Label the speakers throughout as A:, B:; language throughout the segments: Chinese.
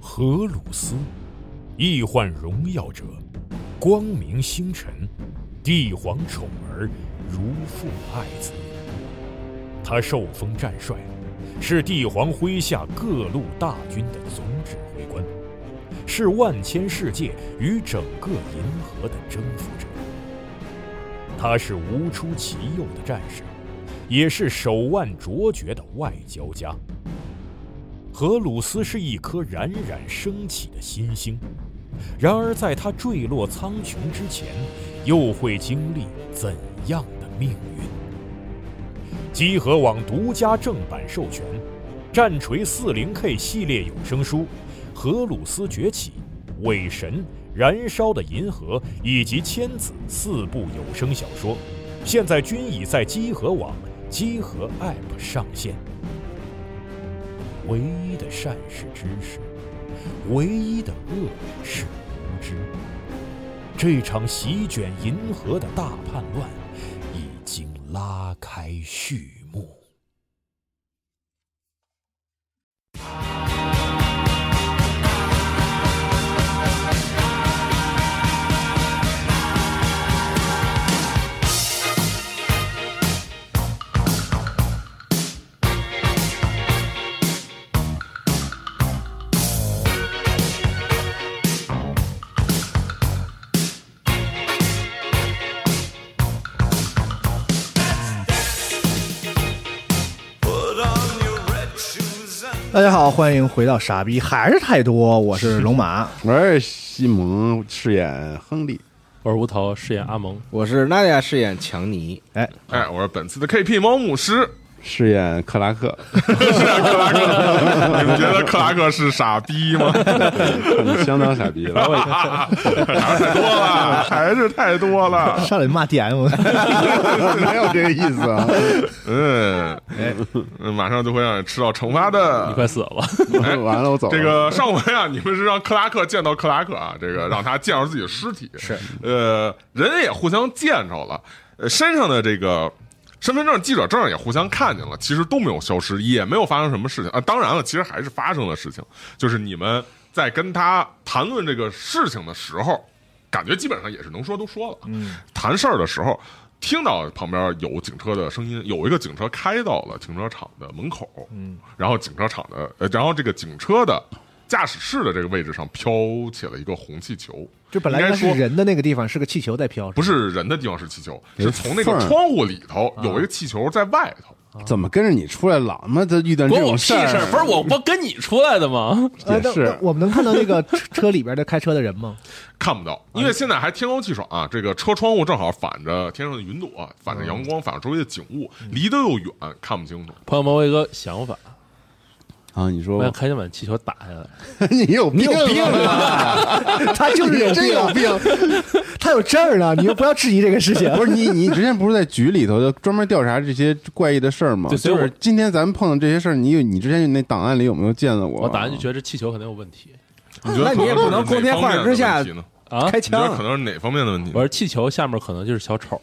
A: 荷鲁斯，易患荣耀者，光明星辰，帝皇宠儿，如父爱子。他受封战帅，是帝皇麾下各路大军的总指挥官，是万千世界与整个银河的征服者。他是无出其右的战士，也是手腕卓绝的外交家。荷鲁斯是一颗冉冉升起的新星，然而在他坠落苍穹之前，又会经历怎样的命运？集合网独家正版授权，《战锤 40K 系列有声书》《荷鲁斯崛起》《伪神》《燃烧的银河》以及《千子》四部有声小说，现在均已在集合网、集合 App 上线。唯一的善是知识，唯一的恶是无知。这场席卷银河的大叛乱已经拉开序幕。
B: 大家好，欢迎回到傻逼还是太多，我是龙马，
C: 我是西蒙饰演亨利，
D: 我是吴涛，饰演阿 蒙。
E: 我是娜亚饰演强尼，
B: 哎，
F: 哎，我是本次的 KP 猫牧师。
C: 饰演克拉克。
F: 克拉克，你们觉得克拉克是傻逼吗？
C: 你相当傻逼 了。
F: 太多了， 还是太多了。
B: 上来骂 DM，
C: 没有这个意思啊！
F: 嗯，嗯马上就会让你吃到惩罚的
D: 你。快死了！
F: 哎
C: 完了，我走了。
F: 这个上回啊，你们是让克拉克见到克拉克啊，这个让他见着自己的尸体，是呃，人也互相见着了，呃，身上的这个身份证、记者证也互相看见了，其实都没有消失，也没有发生什么事情啊。当然了，其实还是发生了事情，就是你们在跟他谈论这个事情的时候，感觉基本上也是能说都说了，嗯，谈事儿的时候。听到旁边有警车的声音，有一个警车开到了停车场的门口，嗯，然后警车场的，呃，然后这个警车的驾驶室的这个位置上飘起了一个红气球，
B: 就本来
F: 应
B: 应
F: 该
B: 该是
F: 说
B: 人的那个地方是个气球在飘，
F: 不
B: 吧
F: 是人的地方是气球，
C: 有
F: 是从那
C: 缝
F: 个
C: 儿啊
F: 窗户里头有一个气球在外头。
C: 怎么跟着你出来老他妈的遇到这
D: 关
C: 种啊
D: 我屁事儿！不是我不跟你出来的吗？
B: 呃
C: 也
B: 那
C: 是
B: 那我们能看到那个车 车里边的开车的人吗？
F: 看不到，因为现在还天高气爽啊，这个车窗户正好反着天上的云朵，啊反着阳光，反着周围的景物，离得又远，看不清楚。
D: 朋友们，我有一个想法，
C: 啊！你说
D: 我想
C: 吧，
D: 开枪把气球打下 来。
C: 你有病 啊！
B: 他就是有
C: 你 真有
B: 病，
C: 病！
B: 他有证儿呢，你们不要质疑这个事 情。
C: 不是你，你之前不是在局里头专门调查这些怪异的事儿吗？
D: 对所以
C: 就
D: 我
C: 是今天咱们碰到这些事儿，你有你之前那档案里有没有见到过？
D: 我打完就觉得这气球肯定有问题
F: 你觉得
E: 那你也
F: 可
E: 不能
F: 是哪
E: 光天
F: 方面
E: 化日之下
F: 的问题呢
D: 啊！
E: 开
F: 你觉得可
E: 枪，
F: 能是哪方面的问题呢？
D: 我说气球下面可能就是小丑，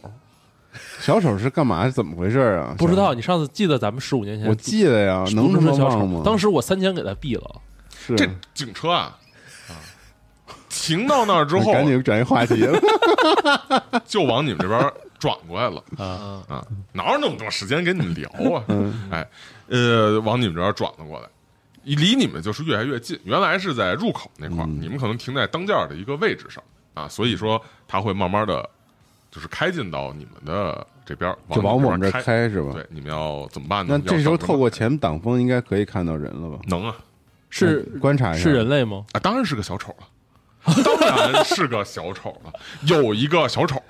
C: 小丑是干嘛？怎么回事啊？
D: 不知道你上次记得咱们十五年前
C: 我记得呀，能
D: 不
C: 他
D: 是
C: 妈
D: 小
C: 忘
D: 丑
C: 吗？？
D: 当时我三枪给他毙了。
C: 是
F: 这警车啊，停到那儿之
C: 我
F: 后
C: 赶紧转移话题了。
F: 就往你们这边转过来了啊啊！哪有那么多时间跟你们聊啊？哎，呃，往你们这边转了过来，离你们就是越来越近。原来是在入口那块儿，你们可能停在当间儿的一个位置上啊，所以说它会慢慢的，就是开进到你们的这边儿，
C: 就往
F: 你
C: 我们
F: 这
C: 这
F: 边
C: 开是吧
F: 对，你们要怎么办
C: 那
F: 呢？你们要
C: 这时候
F: 等着
C: 透过
F: 吗
C: 前挡风应该可以看到人了吧？
F: 能啊
D: 是
C: 观察一下，
D: 是人类吗？
F: 啊，当然是个小丑了。当然是个小丑了，有一个小丑，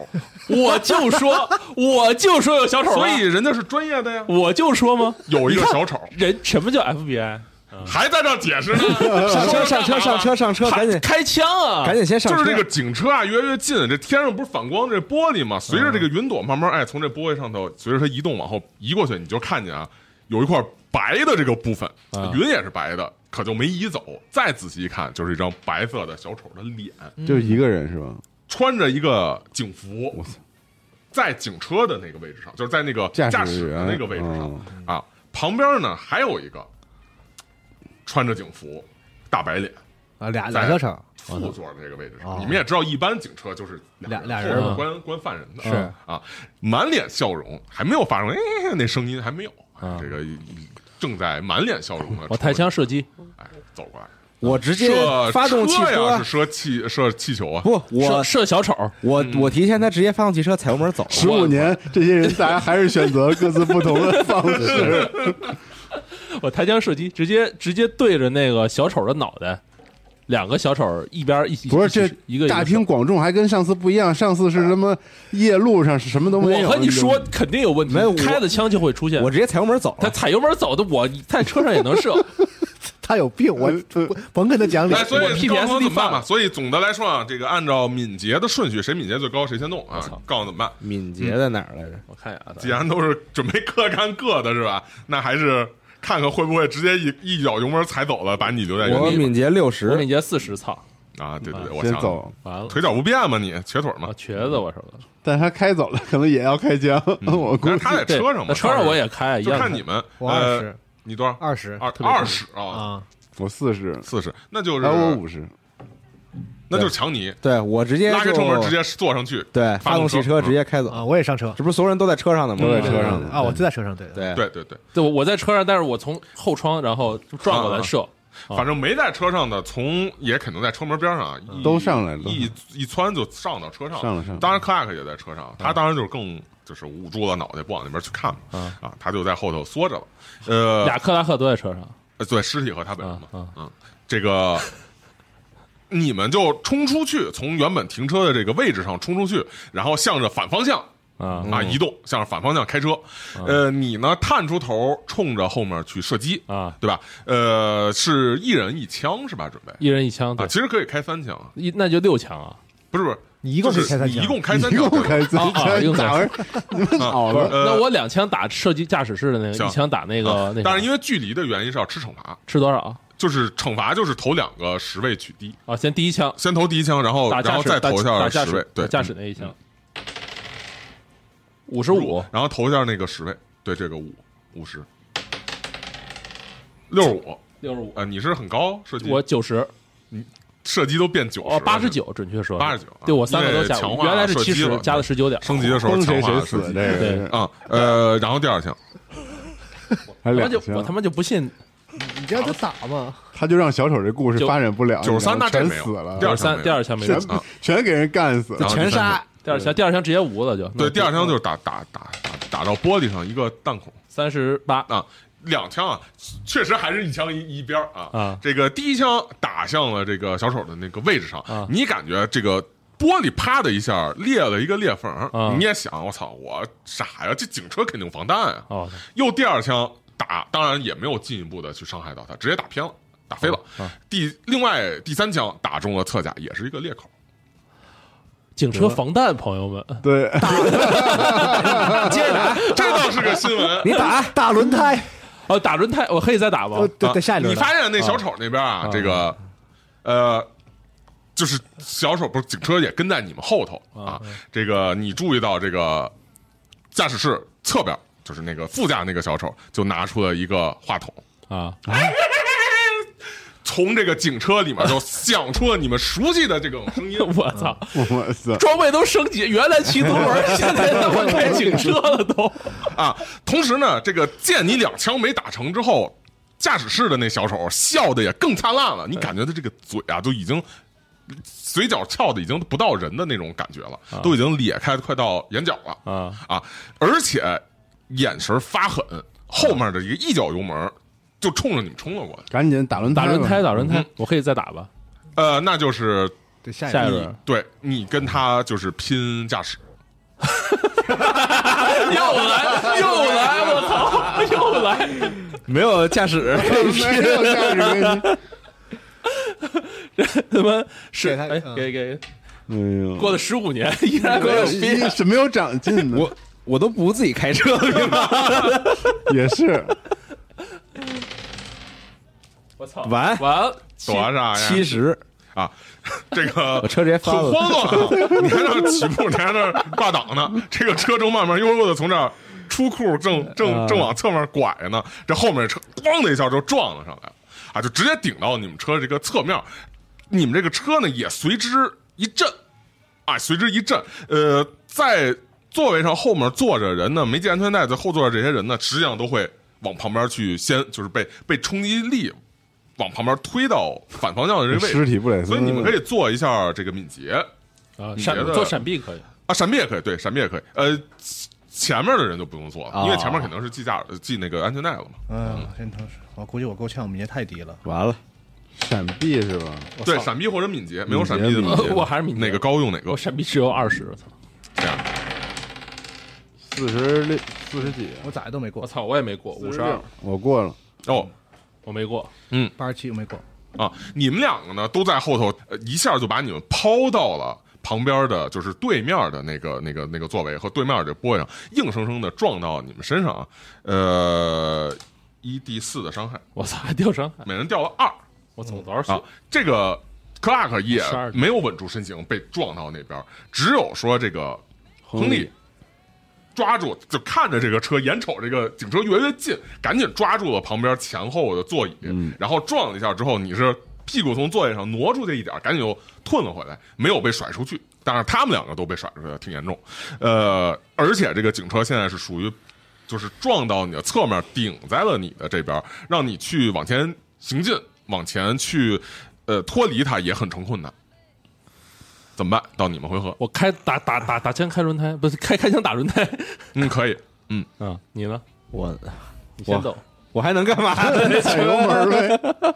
D: 我就 说，我就说有小丑啊，
F: 所以人家是专业的呀。
D: 我就说吗？
F: 有一个小丑，
D: 人什么叫 FBI？
F: 还在这儿解释 呢，
E: 上车上车上车上车，赶紧
D: 开枪啊！
E: 赶紧先上
F: 就
E: 车，
F: 是这个警车啊，越来越近，这天上不是反光这玻璃吗？随着这个云朵慢慢哎，从这玻璃上头，随着它移动往后移过去，你就看见啊，有一块白的这个部分，云也是白的，可就没移走。再仔细一看，就是一张白色的小丑的脸，
D: 嗯
C: 就一个人是吧？
F: 穿着一个警服
C: 我操，
F: 在警车的那个位置上，就是在那个
C: 驾驶
F: 驾驶的
C: 员
F: 那个位置上啊，旁边呢还有一个穿着警服、大白脸，
B: 啊，俩
F: 在
B: 俩车程，
F: 副座的这个位置上。
B: 哦
F: 你们也知道，一般警车就是
B: 俩俩
F: 人
B: 人
F: 后
B: 嘛
F: 面关关犯人的，
B: 是
F: 啊，满脸笑容，还没有发生，哎，那声音还没有，哎这个正在满脸笑容的
D: 我太枪射击，
F: 哎走过来，
E: 我直接
F: 射
E: 发动汽
F: 车呀
E: 车
F: 是，射气射气球啊，
E: 不，
D: 射
E: 我
D: 射小丑，
E: 我
B: 嗯
E: 我提前他直接发动汽车，踩油门走了。
C: 十五年，这些人大家还是选择各自不同 的方式。
D: 我抬枪射击，直接直接对着那个小丑的脑袋，两个小丑一边一起，
C: 不是
D: 一
C: 这
D: 起一个
C: 大庭。广众，还跟上次不一样。上次是什么夜路上是什么都
D: 一
C: 没
D: 个
C: 有。
D: 我和你说，肯定有问题
E: 没有我，
D: 开了枪就会出现。
E: 我直接踩油门走
D: 他
E: 了。
D: 踩油门走的，我在车上也能 射。
B: 他有病， 我我甭跟他讲理
F: 来，，哎所
D: 我
F: 以告诉我
D: PTSD
F: 怎么办
D: 犯
F: 吧。
D: 了
F: 所以总的来说啊，这个按照敏捷的顺序，谁敏捷最高谁先动啊。告诉我怎么办？
E: 敏捷在哪儿来着？
D: 我看一眼啊，
F: 既然都是准备各干各的，是吧？那还是看看会不会直接一一脚油门踩走了，把你留在
E: 我
F: 原地
E: 敏捷六
D: 我敏
E: 十，
D: 捷四十，操，
F: 啊！对对对，我
C: 先
F: 想
C: 走，
D: 完了，
F: 腿脚不便嘛，你瘸腿嘛
D: 啊，。瘸子我什么的？
C: 但他开走了，可能也要开枪。我估
F: 但是
C: 计
F: 他在
D: 对
F: 车上嘛，
D: 那车上我也开，一
F: 啊就
D: 样
F: 看你们。
B: 我二
F: 呃
B: 十，
F: 你多少？
B: 二十
F: 二
B: 特别
F: 二十啊，
B: 啊，
C: 我四十，
F: 四十，那就是
C: 哎，我五十，
F: 那就是强尼，
E: 对我直接
F: 拉开
E: 就
F: 车门直接坐上去。
E: 对发
F: 发动
E: 动汽车
F: 车
E: 直接开走。
B: 啊，我也上车，
E: 这不是所有人都在车上呢吗？
C: 都在车上呢
B: 啊，我就在车上，对的，
E: 对
F: 对对对，
D: 对，我我在车上，但是我从后窗，然后转
F: 啊
D: 过来射。
F: 反正没在车上的，从也肯定在车门边上啊，一
C: 都上来了都
F: 一一窜就上到车上
C: 上了上了嗯
F: 当然克拉克也在车上，他当然就是更就是捂住了脑袋不往那边去看嘛，啊，他就在后头缩着了。呃，
D: 俩克拉克都在车上，
F: 呃对，尸体和他本人嘛，
D: 啊啊
F: 嗯，这个你们就冲出去，从原本停车的这个位置上冲出去，然后向着反方向
D: 啊
F: 啊移动，向着反方向开车。呃，你呢探出头冲着后面去射击
D: 啊
F: 对吧？呃，是一人一枪是吧？准备
D: 一人一枪，对
F: 啊，，其实可以开三枪，
D: 一那就六枪啊。
F: 不是不是，
B: 你一共
F: 就
B: 可以
F: 是
B: 开三
F: 你
B: 枪
F: 一共开三
C: 一
F: 枪，
C: 共开三
D: 啊啊
C: 枪，
D: 一共开
C: 咋玩意儿？你们脑子
F: 呃
D: 那我两枪打射击驾驶室的那
F: 行啊
D: 个，一枪打那个那啥。
F: 但是因为距离的原因是要吃惩罚，
D: 吃多少啊
F: 就是惩罚就是投两个十位取缔，
D: 啊？先第一枪
F: 先投第一枪，然后
D: 打
F: 然
D: 驾
F: 后
D: 驶，
F: 再
D: 打
F: 投
D: 打
F: 下
D: 驾
F: 十位
D: 驶，，
F: 对，嗯
D: 驾驶那一枪，五十五
F: 然后投一下那个十位，对，这个五五十，六十五，
D: 六十五，
F: 呃，你是很高射击，
D: 我九十
F: 射击都变九
D: 哦
F: 十，
D: 八十，九，准确说
F: 89啊
D: 对我三个都
F: 因为
D: 下
F: 强
D: 过，
F: 化
D: 原来是
F: 射击
D: 七
F: 了
D: 十，加了十九点，
F: 升级的时候
C: 崩谁
F: 强化
C: 谁
F: 了
C: 死
F: 射击，
C: 这个
D: 对
C: 是
F: 啊，呃，然后第二枪，
C: 还
D: 他妈
C: 两
D: 就我他
C: 枪，
D: 妈就不信
B: 你这样就打嘛，
C: 他就让小丑这故事
D: 就
C: 发展不了，
F: 93
C: 你知道吗
F: 那这
C: 全
F: 没有
C: 死了，
F: 第二枪
D: 三
F: 没
D: 第
F: 有
D: 二枪没
C: 全
D: 有，
F: 啊
C: 全给人干死
F: 然
C: 了
F: 后。第三枪，
D: 第二枪第二枪直接无了就
F: 对，第二枪就是打打打打打到玻璃上一个弹孔
D: 三十八
F: 啊。两枪啊，确实还是一枪一一边儿啊。
D: 啊
F: 这个第一枪打向了这个小丑的那个位置上，
D: 啊
F: 你感觉这个玻璃啪的一下裂了一个裂缝，
D: 啊
F: 你也想，我操，我傻呀，这警车肯定防弹啊。
D: 哦，
F: 又第二枪打，当然也没有进一步的去伤害到他，直接打偏了，打飞了。
D: 啊
F: 第另外第三枪打中了侧甲，也是一个裂口。
D: 警车防弹，朋友们，
C: 对，
D: 接着打
F: 这倒是个新闻。
B: 你打打轮胎，
D: 哦，打轮胎，我可以再打吗
B: 呃？对
F: 啊
B: 对，下一轮
F: 你
B: 了
F: 发现那小丑那边啊，这个呃，就是小丑不是警车也跟在你们后头啊。这个你注意到这个驾驶室侧边，就是那个副驾那个小丑就拿出了一个话筒，
D: 啊，
F: 从这个警车里面就响出了你们熟悉的这种声音。
D: 我操，
C: 我操！
D: 装备都升级，原来骑独轮，现在他妈开警车 了都。
F: 啊。同时呢，这个见你两枪没打成之后，驾驶室的那小丑笑的也更灿烂了。你感觉他这个嘴啊，都已经嘴角翘的已经不到人的那种感觉了，都已经裂开，快到眼角了
D: 啊
F: 啊！而且眼神发狠，后面的一个一脚油门就冲着你们冲了过来。
C: 赶紧打轮胎
D: 打
C: 吧，
D: 轮胎，打轮
F: 嗯
D: 胎，我可以再打吧？
F: 呃，那就是
B: 对下
D: 下一
B: 一
D: 轮
F: 对你跟他就是拼驾驶。
D: 又来又来，我操，又来！
E: 没有驾驶，
C: 没有驾驶没有
D: 他妈是
B: 给他
D: 哎，
B: 嗯
D: 给给
C: 哎呦，
D: 过了十五年，依 然没有变。
C: 是 没有长进的，
E: 我我都不自己开车了，
C: 也是
D: 我操，
E: 完
D: 完了，
F: 躲啊哎啥呀？
E: 七十，
F: 啊，这个
E: 我车直接翻
F: 很
E: 了
F: 慌乱啊！你还在那儿起步，你还在那儿挂档呢，这个车正慢慢悠悠的从这儿出库，正
E: 啊
F: 正正往侧面拐呢，这后面车咣的一下就撞了上来了啊，就直接顶到你们车这个侧面。你们这个车呢也随之一震，啊，随之一震。呃，在座位上后面坐着人呢，没系安全带，在后座这些人呢，实际上都会往旁边去先，就是被被冲击力往旁边推到反方向的这个位
C: 尸
F: 置。
C: 体不得
F: 所以你们可
C: 以
F: 以做一下这个敏捷
D: 啊，
F: 你
D: 闪
F: 觉得
D: 做闪避可以，
F: 啊，闪避也可以，对，闪避也可以。呃，前面的人就不用做了，因为
E: 哦
F: 前面肯定是系驾呃系那个安全带了嘛。
B: 嗯，先尝试。我估计我够呛，我敏捷太低了。
E: 完了，
C: 闪避是吧？
F: 对，闪避或者敏捷，没有闪避 的
C: 敏捷
F: 敏捷，
D: 我还是敏捷
F: 哪个高用哪个
D: 我。闪避只有二十，我操！
F: 这样，
C: 四十六、四十几，
B: 我咋都没
D: 我
B: 过，
D: 操，我也没过五十二，
C: 我过了。
F: 哦，
D: 我没过，
B: 八十七又没过。
F: 啊，你们两个呢都在后头，呃一下就把你们抛到了旁边的，就是对面的那个、那个、那个座位和对面的玻璃上，硬生生的撞到你们身上啊。呃，一 d 四的伤害，
D: 我操，还掉伤害，
F: 每人掉了二
D: 我总多少血
F: 啊？。这个克拉克也
D: 12
F: 没有稳住身形，被撞到那边，只有说这个亨利抓住，就看着这个车，眼瞅这个警车越来越近，赶紧抓住了旁边前后的座椅，然后撞了一下之后，你是屁股从座椅上挪出去一点，赶紧又退了回来，没有被甩出去。但是他们两个都被甩出去了，挺严重。呃，而且这个警车现在是属于，就是撞到你的侧面，顶在了你的这边，让你去往前行进，往前去，呃，脱离它也很成困难。怎么办？到你们回合，
D: 我开打打打打枪开轮胎，不是开开枪打轮胎
F: 嗯，可以，嗯，
D: 啊？你呢？
E: 我
D: 你先走，
E: 我还能干嘛呢？
C: 踩油门呗，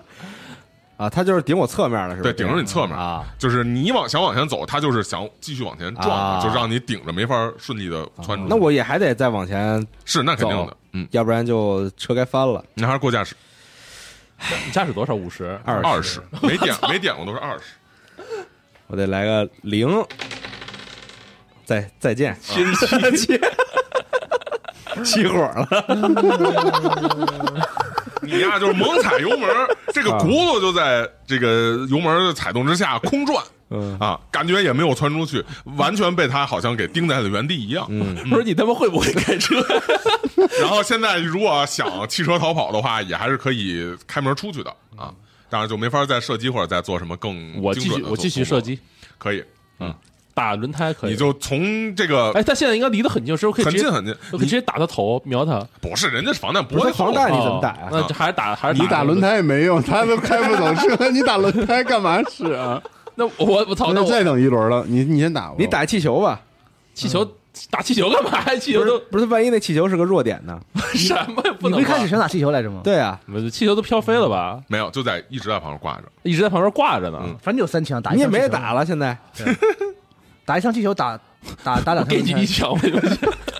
E: 啊，他就是顶我侧面了，是吧？
F: 对，顶着你侧面
E: 啊，
F: 就是你往想往前走，他就是想继续往前撞，
E: 啊
F: 就让你顶着没法顺利的穿出去。
E: 那我也还得再往前，
F: 是那肯定的
E: 走，
F: 嗯，
E: 要不然就车该翻了。
F: 你还是过驾驶
D: 你驾驶多少？五十
E: 二
F: 二十，没点没点过都是二十，
E: 我得来个零，再再见，新 七起火了，
F: 你呀就是猛踩油门，这个
E: 啊
F: 轱辘就在这个油门的踩动之下空转。
E: 嗯
F: 啊，感觉也没有窜出去，完全被他好像给钉在了原地一样。
E: 嗯
D: 不是你他妈会不会开车？
F: 然后现在如果想弃车逃跑的话，也还是可以开门出去的啊。当然就没法再射击或者再做什么更
D: 我
F: 精
D: 继
F: 准
D: 续，
F: 的
D: 我继续
F: 动作
D: 射，击，
F: 可以。
D: 打轮胎可以。
F: 你就从这个
D: 哎，他现在应该离得很近，是不是可以
F: 很
D: 直接
F: 近很近
D: 我可以直接打他头，瞄他。
F: 不是，人家是防弹
E: 不
F: 玻璃啊
E: 是防弹那哦你怎么打呀
D: 哦那这还是打还是
C: 你打轮？胎也没用，他都开不走车，你打轮胎干嘛使啊？
D: 那我我操！那
C: 那
D: 我
C: 再等一轮了，你你先打吧，
E: 你打气球吧，
D: 气球打气球干嘛？气
E: 不
D: 球
E: 是
D: 都
E: 不是，万一那气球是个弱点呢？
D: 什么也不
G: 你不
D: 能玩。
G: 是开始想打气球来着吗？，
E: 对啊，
D: 不是气球都飘飞了吧？
F: 没有，就在一直在旁边挂着。
D: 一直在旁边挂着
F: 嗯
D: 呢。
G: 反正有三枪，打一
E: 你也
G: 枪
E: 没
G: 气球
E: 打，了，现在
G: 打一枪气球，打打打两枪
D: 给
G: 轮
D: 你
G: 胎。
D: 一枪，我 就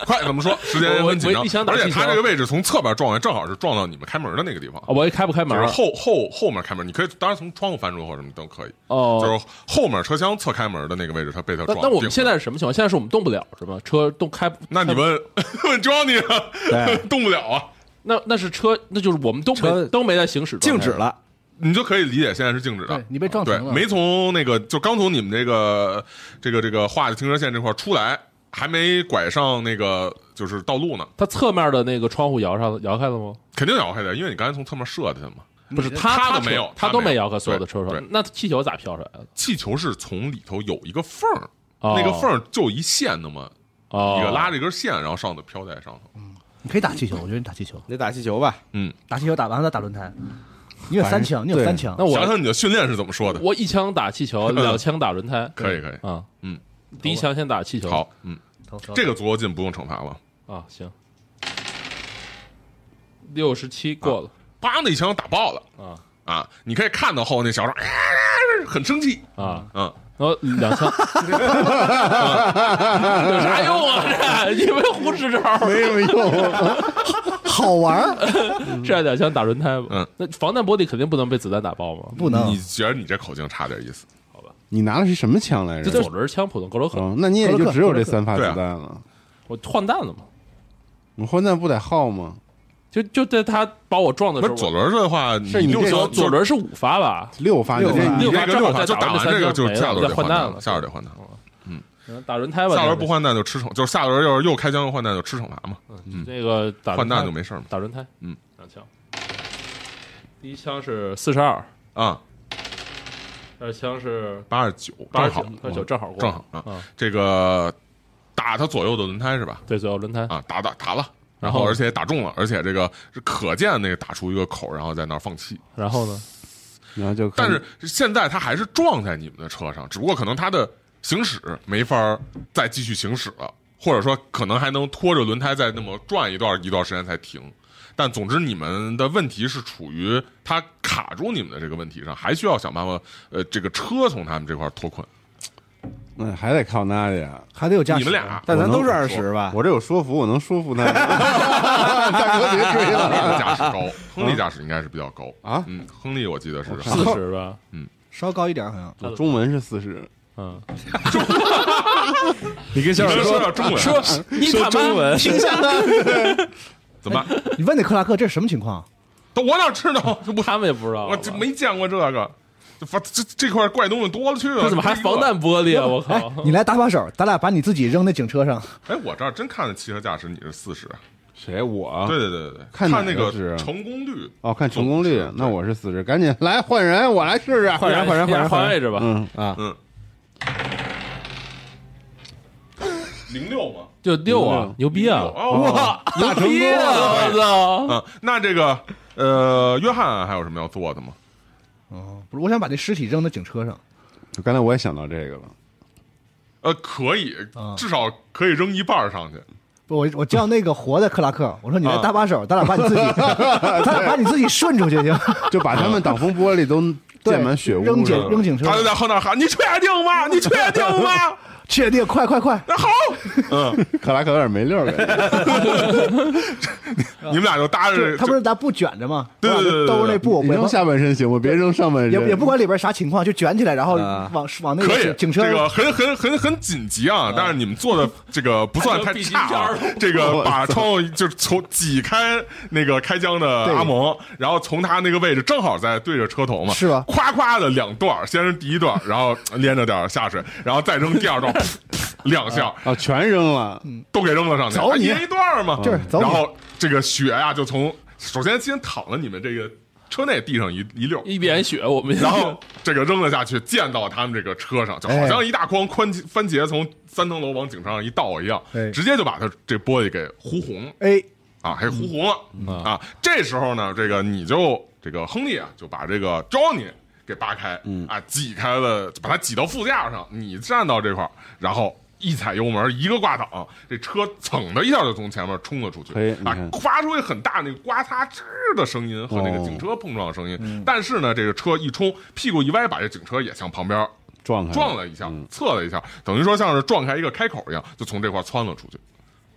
F: 快，怎么说？时间也很
D: 我
F: 紧
D: 我
F: 张
D: 一想，打
F: 而
D: 气球，
F: 且他这个位置从侧边撞过来，正好是撞到你们开门的那个地方
D: 哦我也开不开
F: 就
D: 门啊
F: 是。后后后面开门。你可以当然从窗户翻出或者什么都可以，就
D: 哦，
F: 是后面车厢侧开门的那个位置，他被他
D: 那
F: 撞。
D: 那我
F: 定
D: 们
F: 了
D: 现在，是什么情况？现在是我们动不了是吧？车动开不，
F: 那 你们问 Johnny 啊， 动不了啊，
D: 那那是车，那就是我们都没
E: 车
D: 都没在行驶状
E: 静
D: 态
E: 止。了，
F: 你就可以理解现在是静止的
G: 对。你被撞
F: 对
G: 疼，了，
F: 没从那个就刚从你们这个这个这个画的停车线这块出来，还没拐上那个就是道路呢，
D: 他侧面的那个窗户摇上摇开了吗？
F: 肯定摇开的，因为你刚才从侧面射的他嘛。
D: 不是，
F: 这
D: 他
F: 他
D: 他
F: 都没有
D: 他
F: 他
D: 都
F: 没有
D: 摇开所有的车
F: 对
D: 窗
F: 对，
D: 那气球咋飘出来的？
F: 气球是从里头有一个缝儿，
D: 哦
F: 那个缝儿就一线那么
D: 哦，
F: 一个拉着一根线，然后上头飘在上头。
G: 你可以打气球，我觉得你打气球，
E: 你打气球吧，
G: 打气球打完了再打轮胎。你有三枪，你有
E: 对
G: 三枪
D: 那，
F: 想
D: 我
F: 想你的训练是怎么说 的？
D: 我一枪打气 球，两枪打轮胎，
F: 可以可以，
D: 啊，
F: 嗯，
D: 第一枪先打气球，
F: 好，嗯，
G: 投投
F: 这个足够进不用惩罚了。
D: 啊，行，六十
F: 啊
D: 七过了
F: 叭，那一枪打爆了
D: 啊
F: 啊！你可以看到后头那小孩儿啊很生气，
D: 啊，
F: 嗯，
D: 然后两枪， 有啥用啊？这你们胡支招，
C: 没什么用，
B: 好玩儿，
D: 这样两枪打轮胎吧，
F: 嗯，
D: 那防弹玻璃肯定不能被子弹打爆嘛，
B: 不能
F: 你觉得你这口径差点意思？
C: 你拿的是什么枪来
D: 这
C: 着？
D: 左轮枪普通格洛克，
F: 嗯
C: 哦，那你也就只有这三发子弹了。
D: 我换弹了嘛，
C: 你换弹不得耗吗？
D: 就就在他把我撞的
F: 不
D: 时
F: 是
D: 候，
F: 左轮的话，你
C: 你
F: 六
C: 这
F: 枪
C: 个
D: 左左
F: 就
D: 轮是五发吧，
C: 六发，你这
F: 你
D: 六
F: 这
D: 发
F: 个六发
D: 正
F: 就
D: 好
F: 打
D: 再
F: 完这个
D: 打完这三枪
F: 就
D: 没了
F: 下轮得
D: 再换弹
F: 弹
D: 了
F: 下轮得换弹，
D: 嗯打轮胎吧，
F: 下轮
D: 那
F: 不
D: 个
F: 换弹就吃惩，就是下轮要是又开枪又换弹就吃惩罚嘛，
D: 啊那个打
F: 嗯换
D: 轮胎
F: 弹就没事嘛，
D: 打轮胎，
F: 嗯，
D: 两枪，第一枪是四十二，
F: 啊，
D: 那枪是
F: 八十九，
D: 八
F: 正
D: 十九
F: 好，
D: 八十九正好过，
F: 正好啊
D: 啊，
F: 这个打他左右的轮胎是吧？
D: 对左右轮胎，
F: 啊，打打打了。然
D: 然
F: 后，
D: 后
F: 而且也打中了，而且这个是可见那个打出一个口，然后在那儿放气。
D: 然后呢，
C: 然后就看
F: 但是现在他还是撞在你们的车上，只不过可能他的行驶没法儿再继续行驶了，或者说可能还能拖着轮胎再那么转一段一段时间才停。但总之，你们的问题是处于他卡住你们的这个问题上，还需要想办法，呃，这个车从他们这块儿脱困。
C: 嗯还得靠娜姐，
B: 还得有驾驶。
F: 你们俩
E: 啊但咱
C: 我能
E: 都是二十吧？
C: 我这有说服，我能说服他。 大哥别追
F: 亨利的
C: 了，
F: 啊驾驶高，亨利驾驶应该是比较高
C: 啊
F: 嗯，亨利我记得是
D: 四十吧，
B: 稍高一点，好像
D: 我
C: 中文是四十，
D: 嗯，
E: 你跟小
F: 你说说中文
E: 说说中文，
F: 怎么办？
B: 你问那克拉克这是什么情况？
F: 都我哪知道？我
D: 他们也不知道，啊
F: 我这没见过这个，这发这这块怪东西多了去了。
D: 这怎么还
F: 这一个
D: 防？弹玻璃啊？我靠！
B: 哎你来搭把手，咱俩把你自己扔那警车上。
F: 哎，我这儿真看着汽车驾驶你是四十，啊
C: 谁我？
F: 对对对对对，
C: 啊看
F: 看
C: 哪
F: 那
C: 个是啊
F: 成功率，
C: 哦，看成功率
F: 是，
C: 那我是四十，赶紧来换人，我来试试。
E: 换人，换人，换
D: 换
E: 人，换人
D: 位置吧，
C: 嗯，
F: 嗯，零六吗？
D: 就六啊
C: 嗯，
D: 牛逼啊！
F: 哇，
D: 牛逼
F: 哎
D: 啊！我操！
F: 嗯，那这个呃，约翰还有什么要做的吗？
B: 哦，不是，我想把那尸体扔到警车上。
C: 刚才我也想到这个了。
F: 呃，可以
B: 啊，
F: 至少可以扔一半儿上去。
B: 不，我我叫那个活的克拉克，我说你来搭把手，咱俩把你自己，咱俩把你自己顺出去行吗。
C: 就把他们挡风玻璃都
B: 对
C: 溅满血污，
B: 扔
C: 是
B: 警
C: 吧
B: 扔警车
F: 他，就在后那儿喊：“你确定吗？你确定吗
B: 确定，快快快！”！
F: 那好，嗯，
C: 克拉克有点没溜儿 了。
F: 你们俩就搭着，
B: 他不是咱布卷着吗？
F: 对对对对对
B: 兜着那布，
C: 你
B: 也
C: 扔
B: 不
C: 下半身行吗？别扔上半身，
B: 也也不管里边啥情况，就卷起来，然后
E: 啊
B: 往往那
F: 可以
B: 个，警车
F: 这个很很很很紧急啊！但是你们做的这个不算太差啊
D: 还有避金。
F: 这个
C: 我
F: 把窗户就是从挤开那个开枪的阿蒙，然后从他那个位置正好在对着车头嘛，
B: 是吧
F: 夸夸的两段儿，先是第一段儿，然后连着点儿下水，然后再扔第二段儿，噗两下
C: 啊，全扔了。
B: 嗯
F: 都给扔了上去，啊
B: 走你
F: 还一人一段儿嘛，
B: 就是走你
F: 然后这个血呀就从首先先淌了你们这个车内地上一一溜儿，
D: 一脸血，我们
F: 然后这个扔了下去，溅到他们这个车上，就好像一大筐宽番茄从三层楼往警车上一倒一样，
B: 哎
F: 直接就把他这玻璃给糊红了
B: 哎，
F: 啊，还糊红了、
C: 嗯
F: 啊。这时候呢，这个你就这个亨利啊，就把这个 Johnny 给扒开，
C: 嗯
F: 啊，挤开了，把它挤到副驾上，你站到这块儿，然后。一踩油门，一个挂档，这车噌的一下就从前面冲了出去
C: 嘿哎你
F: 啊
C: 看，哦
F: 发出一个很大那个刮擦吱的声音和那个警车碰撞的声音。
C: 嗯
F: 但是呢，这个车一冲，屁股一歪，把这警车也向旁边
C: 撞
D: 嗯
C: 开
F: 撞了一下，侧了一下，等于说像是撞开一个开口一样，就从这块窜了出去。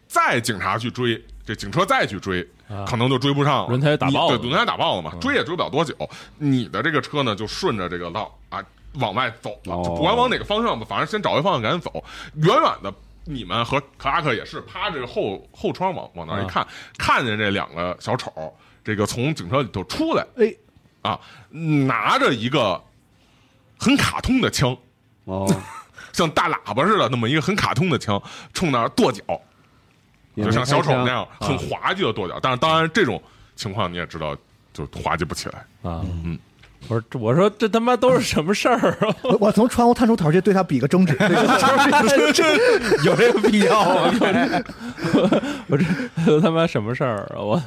F: 再警察去追，这警车再去追，可能就追不上了。
D: 啊轮胎打爆了嗯
F: 你对，轮胎打爆了嘛，追也追不了多久。你的这个车呢，就顺着这个道啊往外走了，
C: 哦
F: 就不管往哪个方向吧，反正先找一方向赶紧走。远远的，你们和克拉克也是趴着后后窗往往那儿一看，
D: 啊
F: 看见这两个小丑，这个从警车里头出来，
B: 哎，
F: 啊，拿着一个很卡通的枪，
C: 哦，
F: 像大喇叭似的那么一个很卡通的枪，冲那儿跺脚，
C: 也
F: 就
C: 没
F: 像小丑
C: 开枪
F: 那样很滑稽的跺脚。但是当然这种情况你也知道，就滑稽不起来。
D: 啊，
F: 嗯，
D: 我说我说这他妈都是什么事儿啊？
B: 我我从窗户探出头去，对他比个中指。 对
E: 有这个必要 吗？
D: 我这都他妈什么事儿啊？我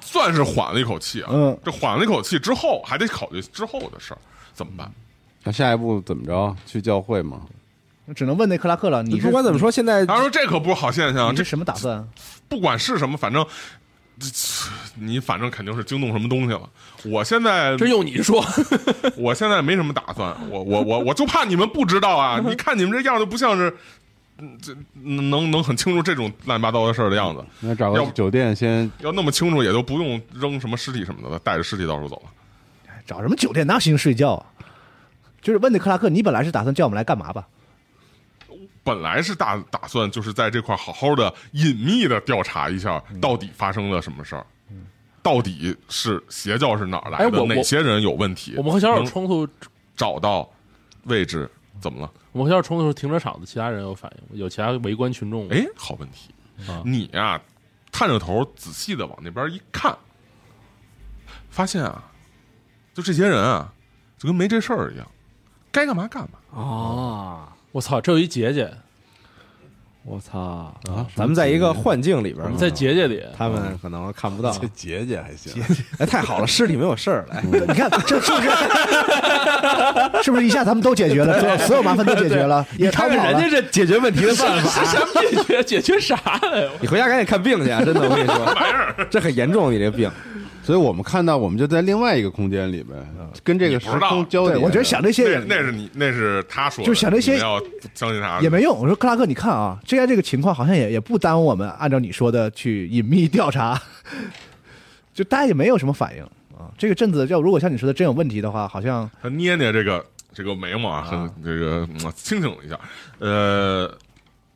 F: 算是缓了一口气啊。
B: 嗯
F: 这缓了一口气之后，还得考虑之后的事儿怎么办。
C: 那下一步怎么着？去教会吗？
B: 只能问那克拉克了，你
E: 你
B: 是
E: 不管怎么说，现在
F: 他说这可不是好现象，
B: 你
F: 这
B: 是什么打算？啊
F: 不管是什么，反正。这你反正肯定是惊动什么东西了。我现在
D: 这用你说，
F: 我现在没什么打算，我我我我就怕你们不知道
D: 嗯
F: 啊！你看你们这样就不像是，嗯这能能很清楚这种乱七八糟的事儿的样子。
D: 嗯
C: 那找
F: 要
C: 个
F: 不
C: 酒店先
F: 要那么清楚，也就不用扔什么尸体什么的了，带着尸体到处走了。
B: 哎找什么酒店？哪有心情睡觉啊？就是问那克拉克，你本来是打算叫我们来干嘛吧？
F: 本来是大打算就是在这块好好的隐秘的调查一下，
D: 嗯
F: 到底发生了什么事儿，到底是邪教是哪儿来
D: 哎
F: 的，
D: 我我
F: 哪些人有问题，
D: 我们和小丑
F: 能
D: 冲突，
F: 找到位置，怎么了？
D: 我们和小丑冲突的时候，停车场的其他人有反应吗，有其他围观群
B: 嗯
D: 众吗，
F: 哎，好问题，
D: 啊
F: 你呀、探着头仔细的往那边一看，发现啊，就这些人啊，就跟没这事儿一样，该干嘛干嘛。
E: 啊！
D: 我操，这有一姐姐，
E: 我操啊！嗯咱们在一个幻境里边
D: 我
E: 儿，
D: 们在姐姐里，
E: 他们可能看不到。
C: 这姐姐还行，
E: 哎，太好了，尸体没有事儿了。哎
B: 你看这是不是？是 不是一下咱们都解决了，所有所有麻烦都解决了，也逃
E: 看
B: 不
E: 看
B: 了
E: 人
B: 了
E: 家。这解决问题的办法，
D: 什么解 决解决啥呀？
E: 你回家赶紧看病去，啊！真的，我跟你说，这很严重，你这病。
C: 所以我们看到我们就在另外一个空间里边，
F: 嗯
C: 跟这个时空交
B: 对，
C: 叠。
B: 我觉得想这些
F: 那
B: 也
F: 那是你，那是他说的，
B: 就想这些
F: 你们要相信他
B: 也没用。我说克拉克，你看啊，现在这个情况好像也也不耽误我们按照你说的去隐秘调查， 就大家也没有什么反应啊。这个镇子要如果像你说的真有问题的话，好像
F: 他捏捏这个这个眉毛啊，很这个嗯清醒了一下，呃，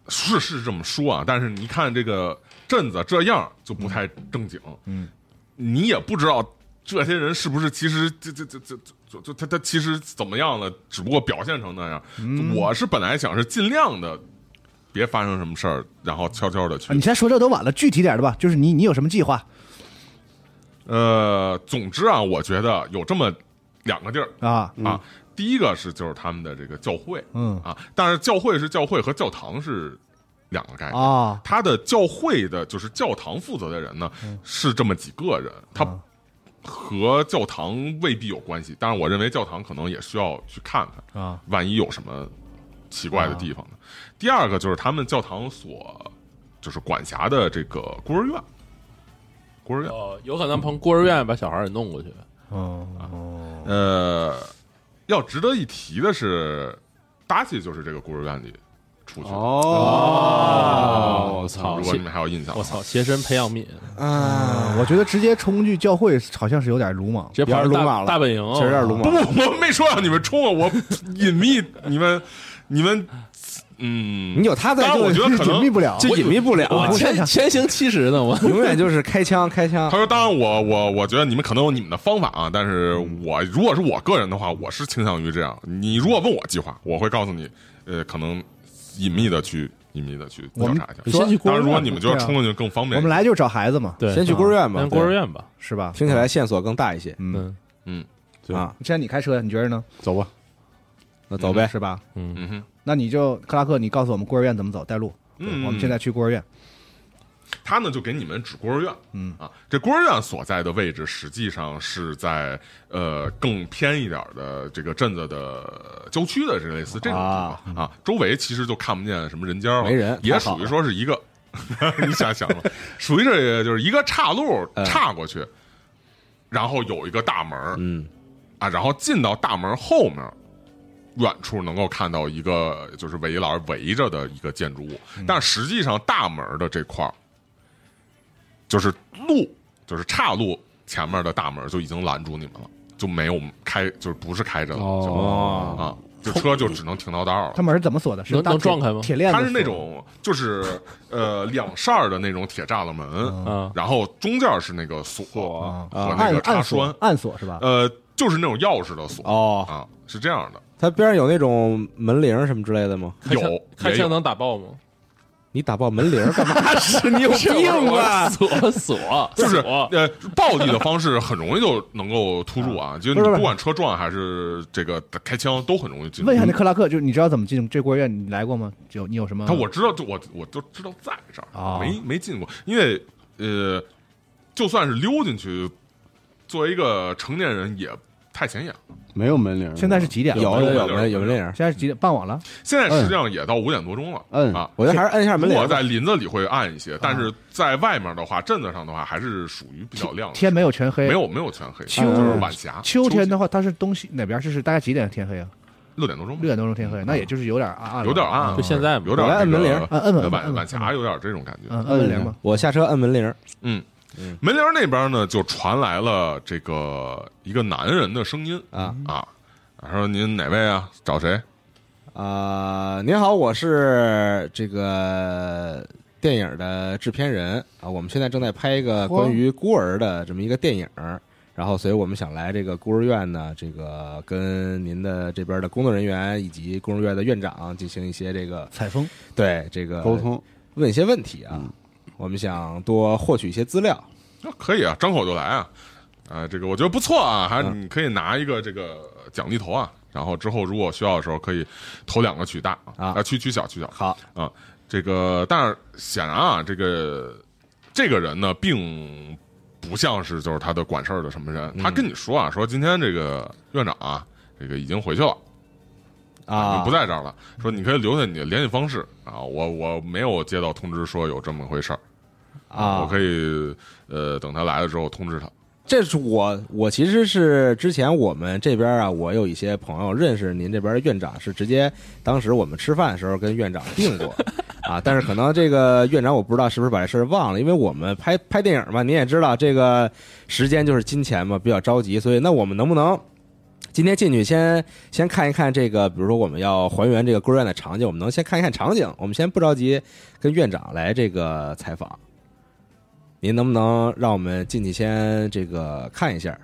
F: 是是这么说啊，但是你看这个镇子这样就不太正经，
B: 嗯，
F: 你也不知道这些人是不是其实这这这这。就就他他其实怎么样了，只不过表现成那样。
B: 嗯
F: 我是本来想是尽量的，别发生什么事儿，然后悄悄的去
B: 啊你。现在说这都晚了，具体点的吧，就是你你有什么计划
F: 呃，总之啊，我觉得有这么两个地儿，
B: 啊？
F: 啊。第一个是就是他们的这个教会
B: 嗯
F: 啊，但是教会是教会和教堂是两个概念。
B: 啊，
F: 他的教会的就是教堂负责的人呢，
D: 嗯
F: 是这么几个人，他和教堂未必有关系。但是我认为教堂可能也需要去看看
B: 啊，
F: 万一有什么奇怪的
D: 啊
F: 地方呢？第二个就是他们教堂所就是管辖的这个孤儿院，孤儿院。
D: 哦，有可能从孤儿院把小孩儿给弄过去。
F: 呃，要值得一提的是，达西就是这个孤儿院里出去的。
E: 哦，
D: 我啊操
F: 如！果你们还有印象的
D: 我
F: 话，
D: 操！携身培养皿，
B: 嗯我觉得直接冲去教会好像是有点鲁莽。
D: 直接跑
E: 有点
D: 上
E: 鲁莽
D: 大
E: 了
D: 大本营，哦
E: 确实有点鲁莽。
F: 不， 我没说让你们冲啊，我隐秘你们，你们，嗯，
E: 你有他在
F: 当然
E: 就，
F: 我觉得可
B: 隐
F: 能
B: 秘不了，
E: 就隐秘不了啊
D: 我，前前行七十呢，我
E: 永远就是开枪开枪
F: 他。说：“当然我，我我觉得你们可能有你们的方法啊，但是我如果是我个人的话，我是倾向于这样。你如果问我计划，我会告诉你，呃，可能隐秘的去隐秘的去
B: 我
F: 调
B: 们
F: 查一
D: 你
F: 下。
D: 先去孤
F: 当
D: 儿
F: 然，如果
D: 院，
F: 你们觉得
B: 对啊
F: 冲过去更方便
B: 我
F: 一
B: 们
F: 点，
B: 来就是找孩子嘛，
D: 对，嗯
E: 先去孤儿院吧
D: 先孤儿院吧。
B: 是吧？
E: 听起来线索更大一些
B: 嗯，
C: 对
E: 啊。
B: 现在你开车，你觉得呢？
C: 走吧，
E: 那走呗，
B: 是吧？
F: 嗯哼，
B: 那你就克拉克，你告诉我们孤儿院怎么走，带路。对
F: 嗯
B: 我们现在去孤儿院。
F: 他呢就给你们指孤儿院，
B: 嗯
F: 啊，这孤儿院所在的位置实际上是在呃更偏一点的这个镇子的郊区的这类似这种地方啊周围其实就看不见什么人家了，
E: 没人
F: 也
E: 太好
F: 属于说是一个， 你想想了，属于这个就是一个岔路岔过去，然后有一个大门，
E: 嗯，
F: 啊，然后进到大门后面，远处能够看到一个就是围栏围着的一个建筑物，但实际上大门的这块儿，就是路，就是岔路前面的大门就已经拦住你们了，就没有开，就是不是开着了，
B: 哦
F: 就啊，就车就只能停到道儿了
B: 他。门是怎么锁的？是
D: 能
B: 大
D: 能
B: 铁
D: 撞开吗
B: 铁链子
F: 它
B: 锁。
F: 是那种就是呃两扇儿的那种铁栅栏门，
D: 嗯
F: 然后中间儿是那个锁
B: 啊
F: 和那
B: 暗
F: 个插
B: 暗
F: 栓
B: 锁，暗锁是吧？
F: 呃，就是那种钥匙的锁、
E: 哦，
F: 啊，是这样的。
E: 它边上有那种门铃什么之类的吗？
D: 开枪
F: 有
D: 开
F: 也
D: 枪
F: 有
D: 能打爆吗？
E: 你打爆门铃干嘛？是你有病吧？
D: 锁锁
F: 就是
D: 锁，
F: 呃，暴力的方式很容易就能够突入啊，就是你不管车撞还是这个开枪都很容易进入。
B: 问一下那克拉克，就是你知道怎么进这孤儿院？你来过吗？有你有什么？
F: 嗯他我知道，就我我就知道在这儿，
B: 哦
F: 没没进过，因为呃，就算是溜进去，作为一个成年人也太显眼了。
C: 没有门铃。
B: 现在是几点？
E: 有有有门有门铃，
B: 现在是几点？傍晚了。
F: 现在实际上也到五点多钟了，
C: 嗯
F: 啊。
E: 嗯我觉得还是摁一下门啊铃
F: 我
E: 吧。
F: 在林子里会暗一些，但是在外面的话，镇子上的话还是属于比较亮的，
B: 天没有全黑。
F: 没。有没有全黑，
B: 秋
F: 就是晚霞。
B: 秋天的话，它是东西哪边？是是大概几点天黑啊？
F: 六点多钟吧
B: 六，点多钟天黑，那也就是有点暗暗了。
F: 有点暗了，
D: 就现在嘛
F: 有点
E: 我来摁门铃
F: 那个
B: 啊摁吧摁吧摁
F: 晚
B: 吧
F: 晚霞有点这种感觉。
B: 嗯，摁门铃嘛。
E: 我下车摁门铃，
F: 嗯，门铃那边呢就传来了这个一个男人的声音
E: 啊
F: 啊，他说您哪位啊？找谁？
E: 啊、您好，我是这个电影的制片人啊，我们现在正在拍一个关于孤儿的这么一个电影，然后所以我们想来这个孤儿院呢，这个跟您的这边的工作人员以及孤儿院的院长进行一些这个
B: 采风
E: 对这个
C: 沟，
B: 呃
C: 通，
E: 问一些问题
F: 嗯
E: 啊，我们想多获取一些资料，
F: 啊
E: 嗯
F: 那可以啊，张口就来啊。啊，这个我觉得不错啊，还你可以拿一个这个奖励投啊。然后之后如果需要的时候可以投两个取大
E: 啊
F: 取取小取小
E: 好，
F: 啊。这个但是显然啊，这个这个人呢，并不像是就是他的管事儿的什么人。
E: 嗯
F: 他跟你说啊，说今天这个院长啊，这个已经回去了。
E: 啊，
F: 就不在这儿了。说你可以留下你的联系方式啊，我我没有接到通知说有这么回事儿
E: 啊，
F: 我可以呃等他来了之后通知他。
E: 这是我，我其实是之前我们这边啊，我有一些朋友认识您这边的院长，是直接当时我们吃饭的时候跟院长定过啊，但是可能这个院长我不知道是不是把这事儿忘了，因为我们拍拍电影嘛，您也知道这个时间就是金钱嘛，比较着急，所以那我们能不能？今天进去先先看一看这个，比如说我们要还原这个孤儿院的场景，我们能先看一看场景，我们先不着急跟院长来这个采访。您能不能让我们进去先这个看一下？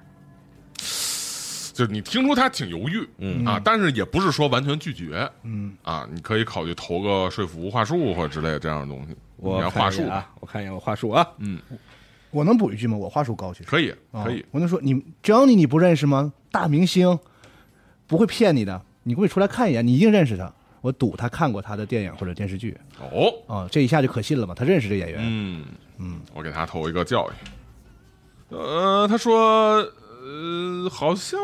F: 就是你听出他挺犹豫，
E: 嗯
F: 啊，但是也不是说完全拒绝
B: 嗯，
F: 啊，你可以考虑投个说服话术或者之类的这样的东西。
E: 我
F: 你要
E: 看
F: 话
E: 一
F: 术
E: 眼啊，我看一眼我话术啊，
B: 我能补一句吗？我话术高，其实
F: 可以，
B: 啊
F: 可以，
B: 我就说你 Johnny 你不认识吗？大明星不会骗你的，你过去出来看一眼，你一定认识他。我赌他看过他的电影或者电视剧
F: 哦，
B: 啊、这一下就可信了嘛，他认识这演员。
F: 嗯嗯，我给他投一个教育。呃，他说，呃，好像，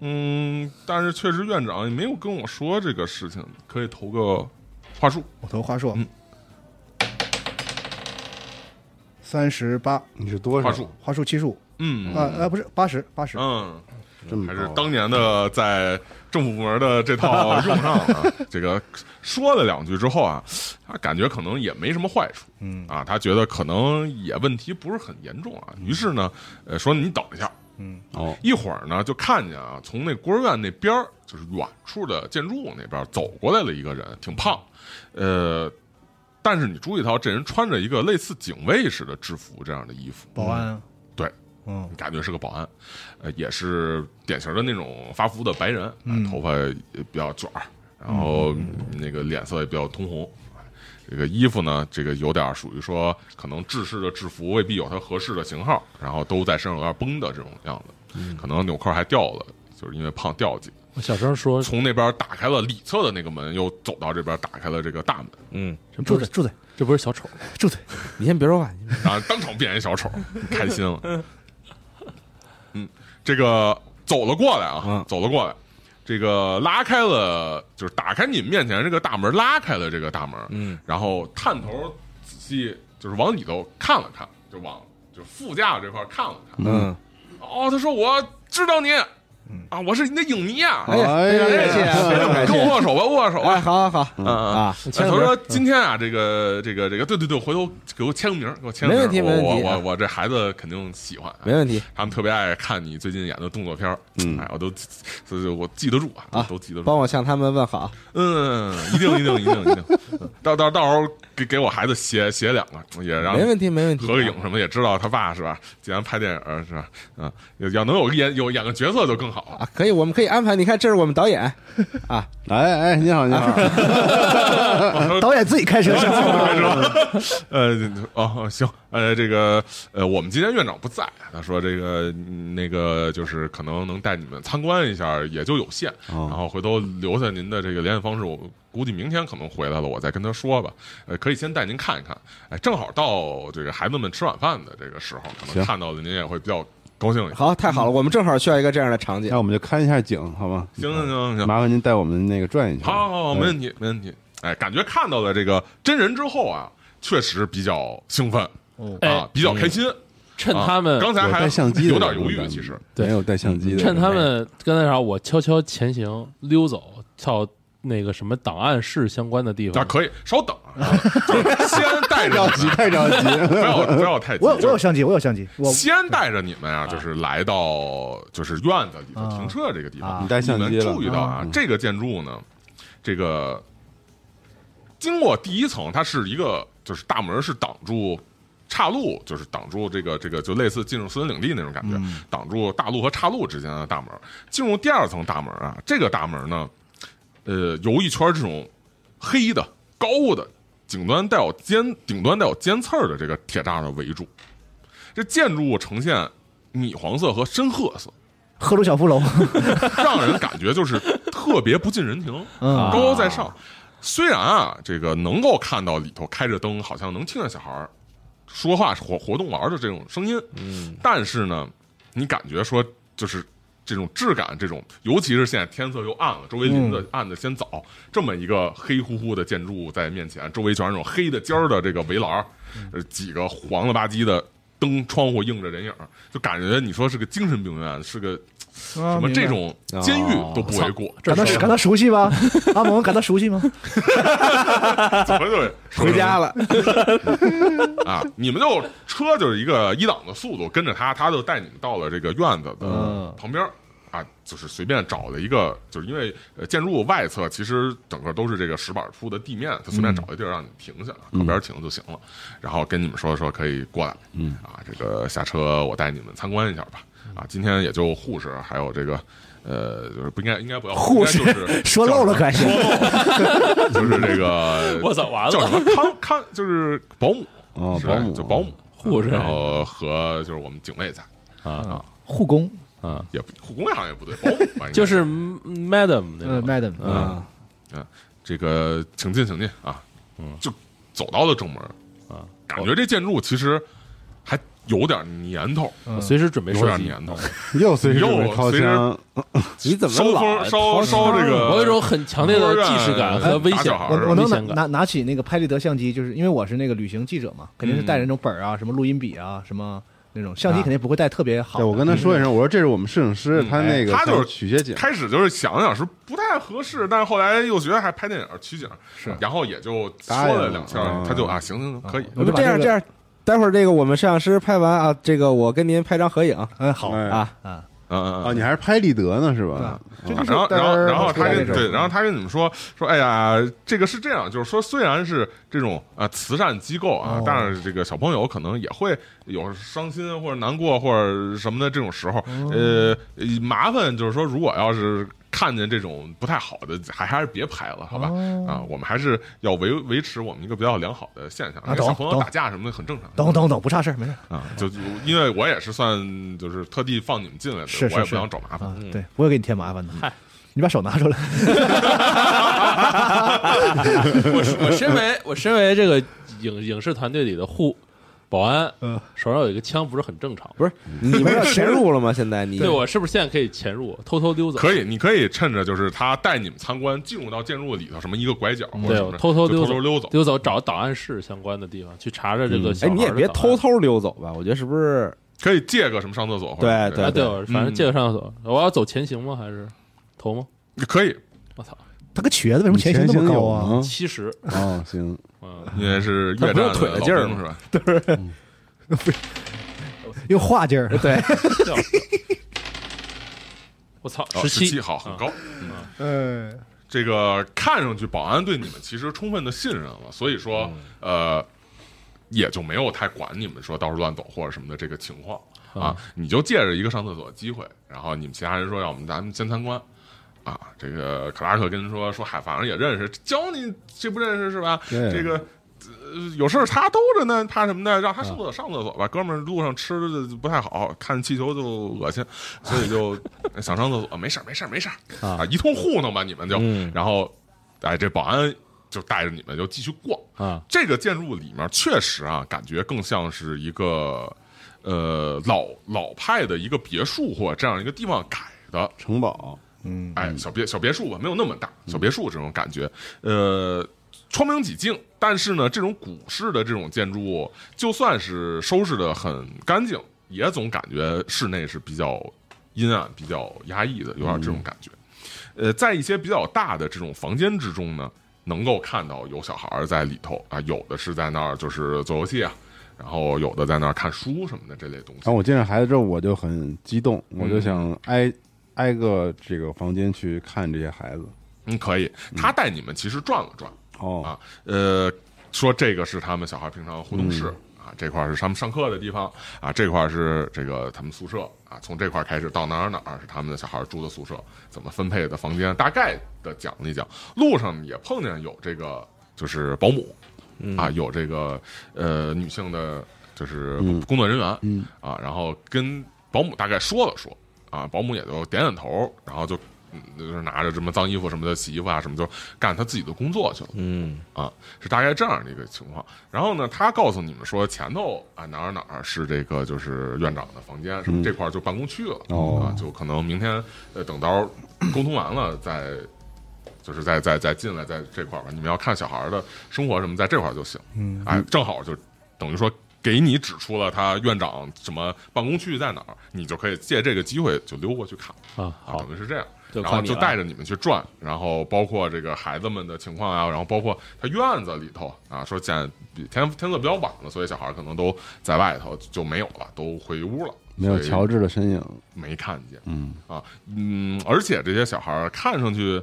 F: 嗯，但是确实院长也没有跟我说这个事情，可以投个话术。
B: 我投话术
F: 嗯，
B: 三十八，
C: 你是多少？
F: 话术
B: 话术七十五
F: 嗯
B: 啊呃不是八十八十，
F: 嗯，
C: 这么
F: 还是
C: 高啊
F: 当年的在政府部门的 这套用上了。这个说了两句之后啊，他感觉可能也没什么坏处，嗯啊，他觉得可能也问题不是很严重啊。于是呢，呃，说你等一下，
C: 嗯哦，
F: 一会儿呢，就看见啊，从那孤儿院那边儿，就是远处的建筑物那边儿走过来了一个人，挺胖，呃，但是你注意到这人穿着一个类似警卫式的制服这样的衣服，
B: 保安啊
F: 对，
B: 嗯
F: 感觉是个保安，呃，也是典型的那种发福的白人，啊头发也比较卷儿，然后那个脸色也比较通红。啊这个衣服呢，这个有点儿属于说，可能制式的制服未必有它合适的型号，然后都在身上有点绷的这种样子，可能纽扣还掉了，就是因为胖掉几个。
D: 我小声说，
F: 从那边打开了里侧的那个门，又走到这边打开了这个大门，
E: 嗯，
D: 这
B: 住
D: 不
B: 嘴
D: 是
B: 住嘴
D: 这不是小丑，
B: 住嘴，
E: 你先别说话，你
F: 然后啊当场变一小丑，开心了。嗯，这个走了过来啊，
E: 嗯
F: 走了过来，这个拉开了，就是打开你们面前这个大门，拉开了这个大门，
E: 嗯，
F: 然后探头仔细就是往里头看了看，就往就副驾这块看了看。
E: 嗯，
F: 哦，他说我知道你，啊，我是你的影迷啊，
E: 哎呀，
C: 哎
E: 非
C: 呀
E: 常感谢啊，非常感
F: 跟我
E: 谢，
F: 握手吧，握手吧
E: 哎，。好好好，啊，
F: 哎他说今天啊，这个这个这个，对对对，回头给我签个名儿，给我签个
E: 没
F: 名儿，
E: 问题没
F: 我
E: 问题
F: 我
E: 啊
F: 我我这孩子肯定喜欢，啊
E: 没问题，
F: 他们特别爱看你最近演的动作片儿，
C: 嗯
F: 哎，我都所以我记得住啊，
E: 啊
F: 都记得住，
E: 帮我向他们问好，
F: 嗯，一定一定一定一定，嗯到到到时候给给我孩子写写两个，也让
E: 没问题啊没问题，
F: 合个影什么也知道他爸是吧？既然拍电影儿是吧？嗯，要要能有个演有演个角色就更好了。
E: 啊，可以，我们可以安排，你看这是我们导演啊，
C: 哎哎，你好你
B: 啊
C: 好，
B: 导演自己开车上。
F: 呃，哦，行，呃，这个，呃，我们今天院长不在，他说这个嗯那个就是可能能带你们参观一下，也就有限，
C: 哦
F: 然后回头留下您的这个联系方式，我估计明天可能回来了，我再跟他说吧。呃，可以先带您看一看，哎，正好到这个孩子们吃晚饭的这个时候，可能
C: 行
F: 看到了您也会比较高兴一下。
E: 好，太好了，我们正好需要一个这样的场景
C: 那，我们就看一下景，好吗？
F: 行行行行，
C: 麻烦您带我们那个转一下。
F: 好好好，
C: 嗯
F: 没问题没问题。哎，感觉看到了这个真人之后啊，确实比较兴奋
D: 哎
F: 啊，，比较开心。
C: 嗯
D: 趁
F: 啊
D: 他们
F: 刚才
C: 有
F: 还
C: 带相机的
F: 有点
C: 人
F: 犹豫，
C: 咱
F: 其实
D: 对
C: 没有带相机的人，
D: 趁他们刚才啥，我悄悄前行溜走到那个什么档案室相关的地
F: 啊
D: 方，
F: 可以稍等，啊，就是先带着
C: 着急
F: 你们，
C: 太着急，
F: 不要不要太急
B: 我有，我
F: 就
B: 有
F: 是
B: 相机，我有相机，我
F: 先带着你们啊，就是来到就是院子里头停车的这个地
B: 啊
F: 方
C: 你，带
F: 你
C: 相
F: 们
C: 机了，
F: 注意到啊
C: 嗯，
F: 这个建筑呢，这个经过第一层，它是一个就是大门是挡住岔路，就是挡住这个这个就类似进入私人领地那种感觉，挡住大路和岔路之间的大门。进入第二层大门啊，这个大门呢，呃，由一圈这种黑的高的。顶端带有尖顶端带有尖刺儿的这个铁栅栏围住，这建筑物呈现米黄色和深褐色，
B: 赫鲁晓夫楼，
F: 让人感觉就是特别不近人情，
B: 嗯
F: 高高在上。虽然啊，这个能够看到里头开着灯，好像能听见小孩儿说话、活活动玩的这种声音，嗯，但是呢，你感觉说就是这种质感，这种尤其是现在天色又暗了，周围林子暗的先早，这么一个黑乎乎的建筑物在面前，周围全是那种黑的尖儿的这个围栏儿，呃，几个黄了吧唧的灯窗户映着人影儿，就感觉你说是个精神病院，是个
B: 什
F: 什么这种
B: 哦
F: 监狱都不为过，
B: 感到感到熟悉吗？阿蒙感到熟悉吗？
F: 怎么就
E: 回家了，
F: 啊？你们就车就是一个一档的速度跟着他，他就带你们到了这个院子的
B: 嗯
F: 旁边儿啊，就是随便找了一个，就是因为呃建筑物外侧其实整个都是这个石板铺的地面，他随
B: 嗯
F: 便找一地儿让你停下，靠边儿停就行了，然后跟你们说说可以过来，嗯啊，这个下车我带你们参观一下吧。啊，今天也就护士还有这个，呃，就是不应该应该不要
B: 护士
F: 应该就是
B: 说漏了可还行，
F: 就是 这个
D: 我操，完
F: 叫
D: 了，
F: 什么康康，就是保姆
E: 哦
F: 是
E: 保姆
F: 就保姆
D: 护士
F: 然后和就是我们警卫在，
B: 护工，
F: 也不护工好像也不对，保姆吧应该
D: 就是 Madam 那
B: 呃
D: 种，
F: 嗯
B: ，madam，
E: 啊，
F: 这个，请进，请进啊，嗯，就走到了正门
D: 啊，
F: 感觉这建筑其实还有点年头，
B: 嗯
D: 随时准备嗯
F: 有
D: 射
F: 点
D: 击。
F: 年头，
E: 又随时
F: 又
E: 准备掏
F: 随时
E: 枪，你怎么
F: 烧
E: 老
F: 风烧
E: 掏
F: 烧这个，
D: 我有一种很强烈的既视感和危
F: 打
D: 险
F: 小孩
B: 我
F: 儿
B: 我能
D: 危
B: 拿
D: 险感
B: 拿拿起那个拍立得相机，就是因为我是那个旅行记者嘛，肯定是带着那
F: 嗯
B: 种本儿啊，什么录音笔啊，什么那种相机
E: 啊
B: 肯定不会带特别好
C: 哎
E: 对，
B: 的。
E: 我跟他说一声，我说这是我们摄影师，
F: 嗯
E: 他那个
F: 他就是
E: 想取些景，
F: 开始就是想想是不太合适，但是后来又觉得还拍电影取景，是，然后也就说
E: 答应
F: 了
E: 了
F: 两下
E: 啊，嗯
F: 他就啊，行行行，可以，
B: 我就把
E: 这样
B: 个
E: 这，样，待会儿这个我们摄影师拍完啊，这个我跟您拍张合影
B: 嗯，好
E: 哎啊，
B: 啊，
F: 嗯嗯嗯
C: 哦
E: 啊，你还是拍立得呢是吧？
B: 这就是
F: 啊然后，然后，然后他
B: 带
F: 跟
B: 那种嗯
F: 对，然后他跟你们说说，哎呀，这个是这样，就是说，虽然是这种呃慈善机构啊，
B: 哦
F: 但是这个小朋友可能也会有伤心或者难过或者什么的这种时候，
B: 哦
F: 呃，麻烦就是说，如果要是看见这种不太好的，还还是别拍了，好吧？
B: 哦
F: 啊，我们还是要维维持我们一个比较良好的现象，因为
B: 啊懂
F: 小朋友
B: 懂
F: 打架什么的很正常。
B: 等等等，不差事儿，没事儿
F: 啊，就就因为我也是算就是特地放你们进来的，
B: 是是
F: 我也不
B: 是
F: 想找麻烦。嗯
B: 啊，对，不会给你添麻烦的。你把手拿出来，
D: 我 是我身为我身为这个影影视团队里的护保安，
B: 嗯
D: 手上有一个枪不是很正常吗？
E: 不是，你们要潜入了吗？现在你
D: 对我是不是现在可以潜入，偷偷溜走？
F: 可以，你可以趁着就是他带你们参观，进入到建筑里头什么一个拐角或者
D: 对
F: 什么，
D: 偷偷
F: 就
D: 溜
F: 偷
D: 走
F: 偷溜走。
D: 溜走找档案室相关的地方去查查这个小孩儿的
E: 哎，
D: 档案。
E: 你也别偷偷溜走吧，我觉得是不是？
F: 可以借个什么上厕所或
E: 对
F: 者之类
D: 啊！
F: 的
D: 对，我反正借个上厕所。我要走前行吗？还是投吗？
F: 可以，
D: 我操，
B: 他个瘸子为什么前行那么高啊？
E: 你
D: 七十，
E: 前行有吗？哦，行，
D: 嗯，
F: 因为是
E: 他
F: 越
E: 不
F: 战
E: 用腿
F: 的
D: 啊
E: 的劲儿
F: 老兵
E: 吗
F: 是吧？
B: 用画劲儿，啊对，
D: 笑死 我操，
F: 哦
D: 七
F: 七好，很。
D: 啊
F: 高。
B: 嗯，
F: 这个看上去保安对你们其实充分的信任了，所以说
D: 嗯
F: 呃，也就没有太管你们说到处乱走或者什么的这个情况啊。你就借着一个上厕所的机会，然后你们其他人说让我们咱们先参观。啊，这个克拉克跟人说说，嗨，反正也认识，教你这不认识是吧？
E: 对
F: 这个。呃，有事儿他兜着呢，怕什么呢？让他上厕所上厕所吧，哥们儿路上吃的不太好，看气球就恶心，所以就呃想上厕所，没事儿没事儿没事儿啊，一通糊弄吧你们就，然后，哎，这保安就带着你们就继续逛，
D: 啊，
F: 这个建筑里面确实啊，感觉更像是一个呃老老派的一个别墅或者这样一个地方改的，
E: 城堡，
F: 哎，小别小别墅吧，没有那么大，小别墅这种感觉，呃，窗明几净。但是呢，这种古式的这种建筑物，就算是收拾的很干净，也总感觉室内是比较阴暗、比较压抑的，有点这种感觉。呃，在一些比较大的这种房间之中呢，能够看到有小孩儿在里头啊，有的是在那儿就是做游戏啊，然后有的在那儿看书什么的这类东西。
E: 然
C: 哦
E: 后我见着孩子之后，我就很激动，我
F: 嗯
E: 就想挨挨个这个房间去看这些孩子。
F: 嗯，可以，他带你们其实转了转。
E: 哦
F: 啊，呃，说这个是他们小孩平常互动室、啊，这块儿是他们上课的地方啊，这块儿是这个他们宿舍啊，从这块儿开始到哪儿哪儿是他们的小孩住的宿舍，怎么分配的房间，大概的讲了一讲。路上也碰见有这个就是保姆、啊，有这个呃女性的，就是工作人员、啊，然后跟保姆大概说了说。啊，保姆也就点点头，然后就嗯就是拿着什么脏衣服什么的洗衣服啊什么，就干他自己的工作去了。
E: 嗯，
F: 啊，是大概这样的一个情况。然后呢，他告诉你们说前头啊哪儿哪儿是这个就是院长的房间，什么这块儿就办公区了、
E: 哦
F: 啊，就可能明天呃等到沟通完了再就是再再再进来在这块儿吧。你们要看小孩儿的生活什么在这块儿就行，嗯，哎，正好就等于说。给你指出了他院长什么办公区域在哪儿，你就可以借这个机会就溜过去看
D: 啊，
F: 啊，
D: 好
F: 等，于是这样。
D: 就
F: 然
D: 靠
F: 后
D: 你
F: 就
D: 了
F: 带着你们去转，然后包括这个孩子们的情况啊，然后包括他院子里头啊，说现在比天天色比较晚了，所以小孩可能都在外头就没有了，都回屋了，
C: 没有
F: 所以
C: 乔治的身影，
F: 没看见
C: 嗯，
F: 啊，嗯，而且这些小孩看上去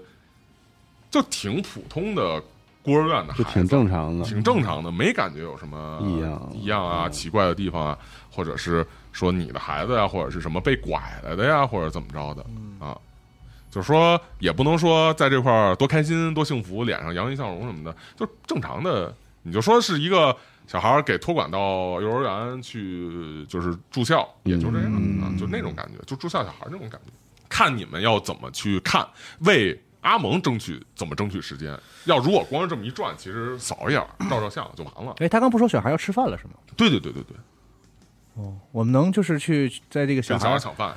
F: 就挺普通的孤儿院的孩
C: 就
F: 子，
C: 挺正常的，
F: 挺正常的，没感觉有什么
C: 异样
F: 异样啊、奇怪的地方啊，或者是说你的孩子呀、或者是什么被拐来的呀，或者怎么着的啊，就是说也不能说在这块儿多开心、多幸福，脸上洋溢笑容什么的，就是正常的，你就说是一个小孩儿给托管到幼儿园去，就是住校，也就这样、
C: 嗯
F: 啊，就那种感觉，就住校小孩儿那种感觉。看你们要怎么去看，为阿蒙争取怎么争取时间。要如果光是这么一转，其实扫一眼照照相就完了。
B: 哎，他刚不说小孩要吃饭了是吗？
F: 对对对对对，
B: 我们能就是去在这个小
F: 跟
B: 孩儿
F: 小孩抢饭，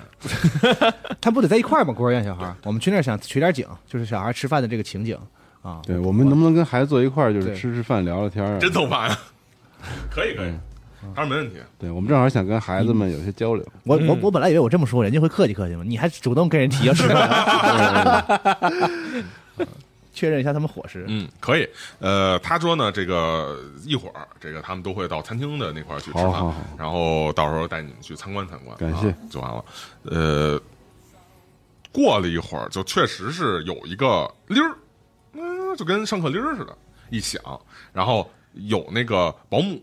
C: 嗯
B: 他不得在一块儿吗？孤儿院小孩儿，我们去那儿想取点景，就是小孩儿吃饭的这个情景啊。
C: 对我们能不能跟孩子坐一块儿，就是
B: 对
C: 吃吃饭、聊聊天儿啊？
F: 真头发呀，可以可以，
C: 嗯
F: 当然没问题。
C: 对，我们正好想跟孩子们有些交流。
B: 我
F: 嗯
B: 我我本来以为我这么说人家会客气客气嘛，你还主动跟人提要吃饭， 确认一下他们伙食。
F: 嗯，可以。呃，他说呢，这个一会儿，这个他们都会到餐厅的那块儿去吃饭，
C: 好好好
F: 然后到时候带你们去参观参观，
C: 嗯感谢
F: 啊就完了。呃，过了一会儿，就确实是有一个铃儿，嗯、就跟上课铃儿似的，一响，然后有那个保姆，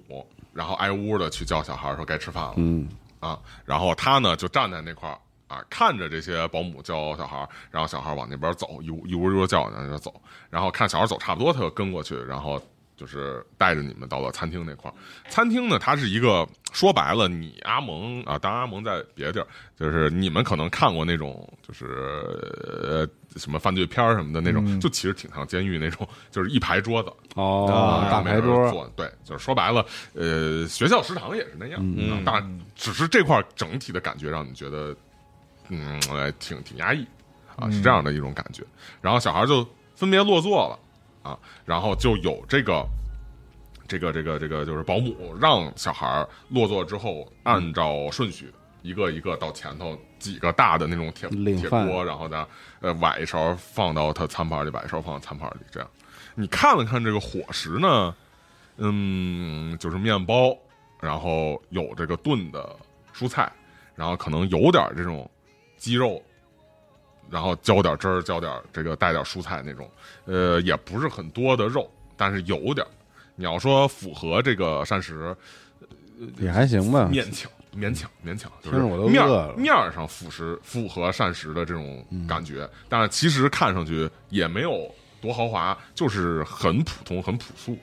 F: 然后挨屋的去叫小孩儿说该吃饭了，
C: 嗯，
F: 啊，然后他呢就站在那块儿啊，看着这些保姆叫小孩儿，然后小孩儿往那边走，一屋一屋一屋叫往那边走，然后看小孩儿走差不多，他就跟过去，然后就是带着你们到了餐厅那块儿。餐厅呢，它是一个说白了，你阿蒙啊，当然阿蒙在别的地儿，就是你们可能看过那种就是呃什么犯罪片儿什么的那种，
C: 嗯
F: 就其实挺像监狱那种，就是一排桌子，
C: 哦，
F: 然
C: 大
F: 后没
C: 牌
F: 人
C: 桌，
F: 坐，对，就是说白了，呃，学校食堂也是那样，嗯，但只是这块儿整体的感觉让你觉得，嗯，呃挺挺压抑啊，是这样的一种感觉。然后小孩就分别落座了啊，然后就有这个。这个这个这个就是保姆让小孩落座之后，按照顺序一个一个到前头几个大的那种铁
C: 领
F: 铁
C: 饭
F: 锅，然后呢，呃，崴一勺放到他餐盘里，崴一勺放到餐盘里，这样。你看了看这个伙食呢，嗯，就是面包，然后有这个炖的蔬菜，然后可能有点这种鸡肉，然后浇点汁儿，浇点这个带点蔬菜那种，呃，也不是很多的肉，但是有点儿。你要说符合这个膳食，
C: 也还行吧。
F: 勉强，勉强，勉强，就
C: 听
F: 是
C: 着我都
F: 面
C: 饿
F: 儿
C: 了嗯
F: 面儿上符食符合膳食的这种感觉，但是其实看上去也没有多豪华，就是很普通、很朴素，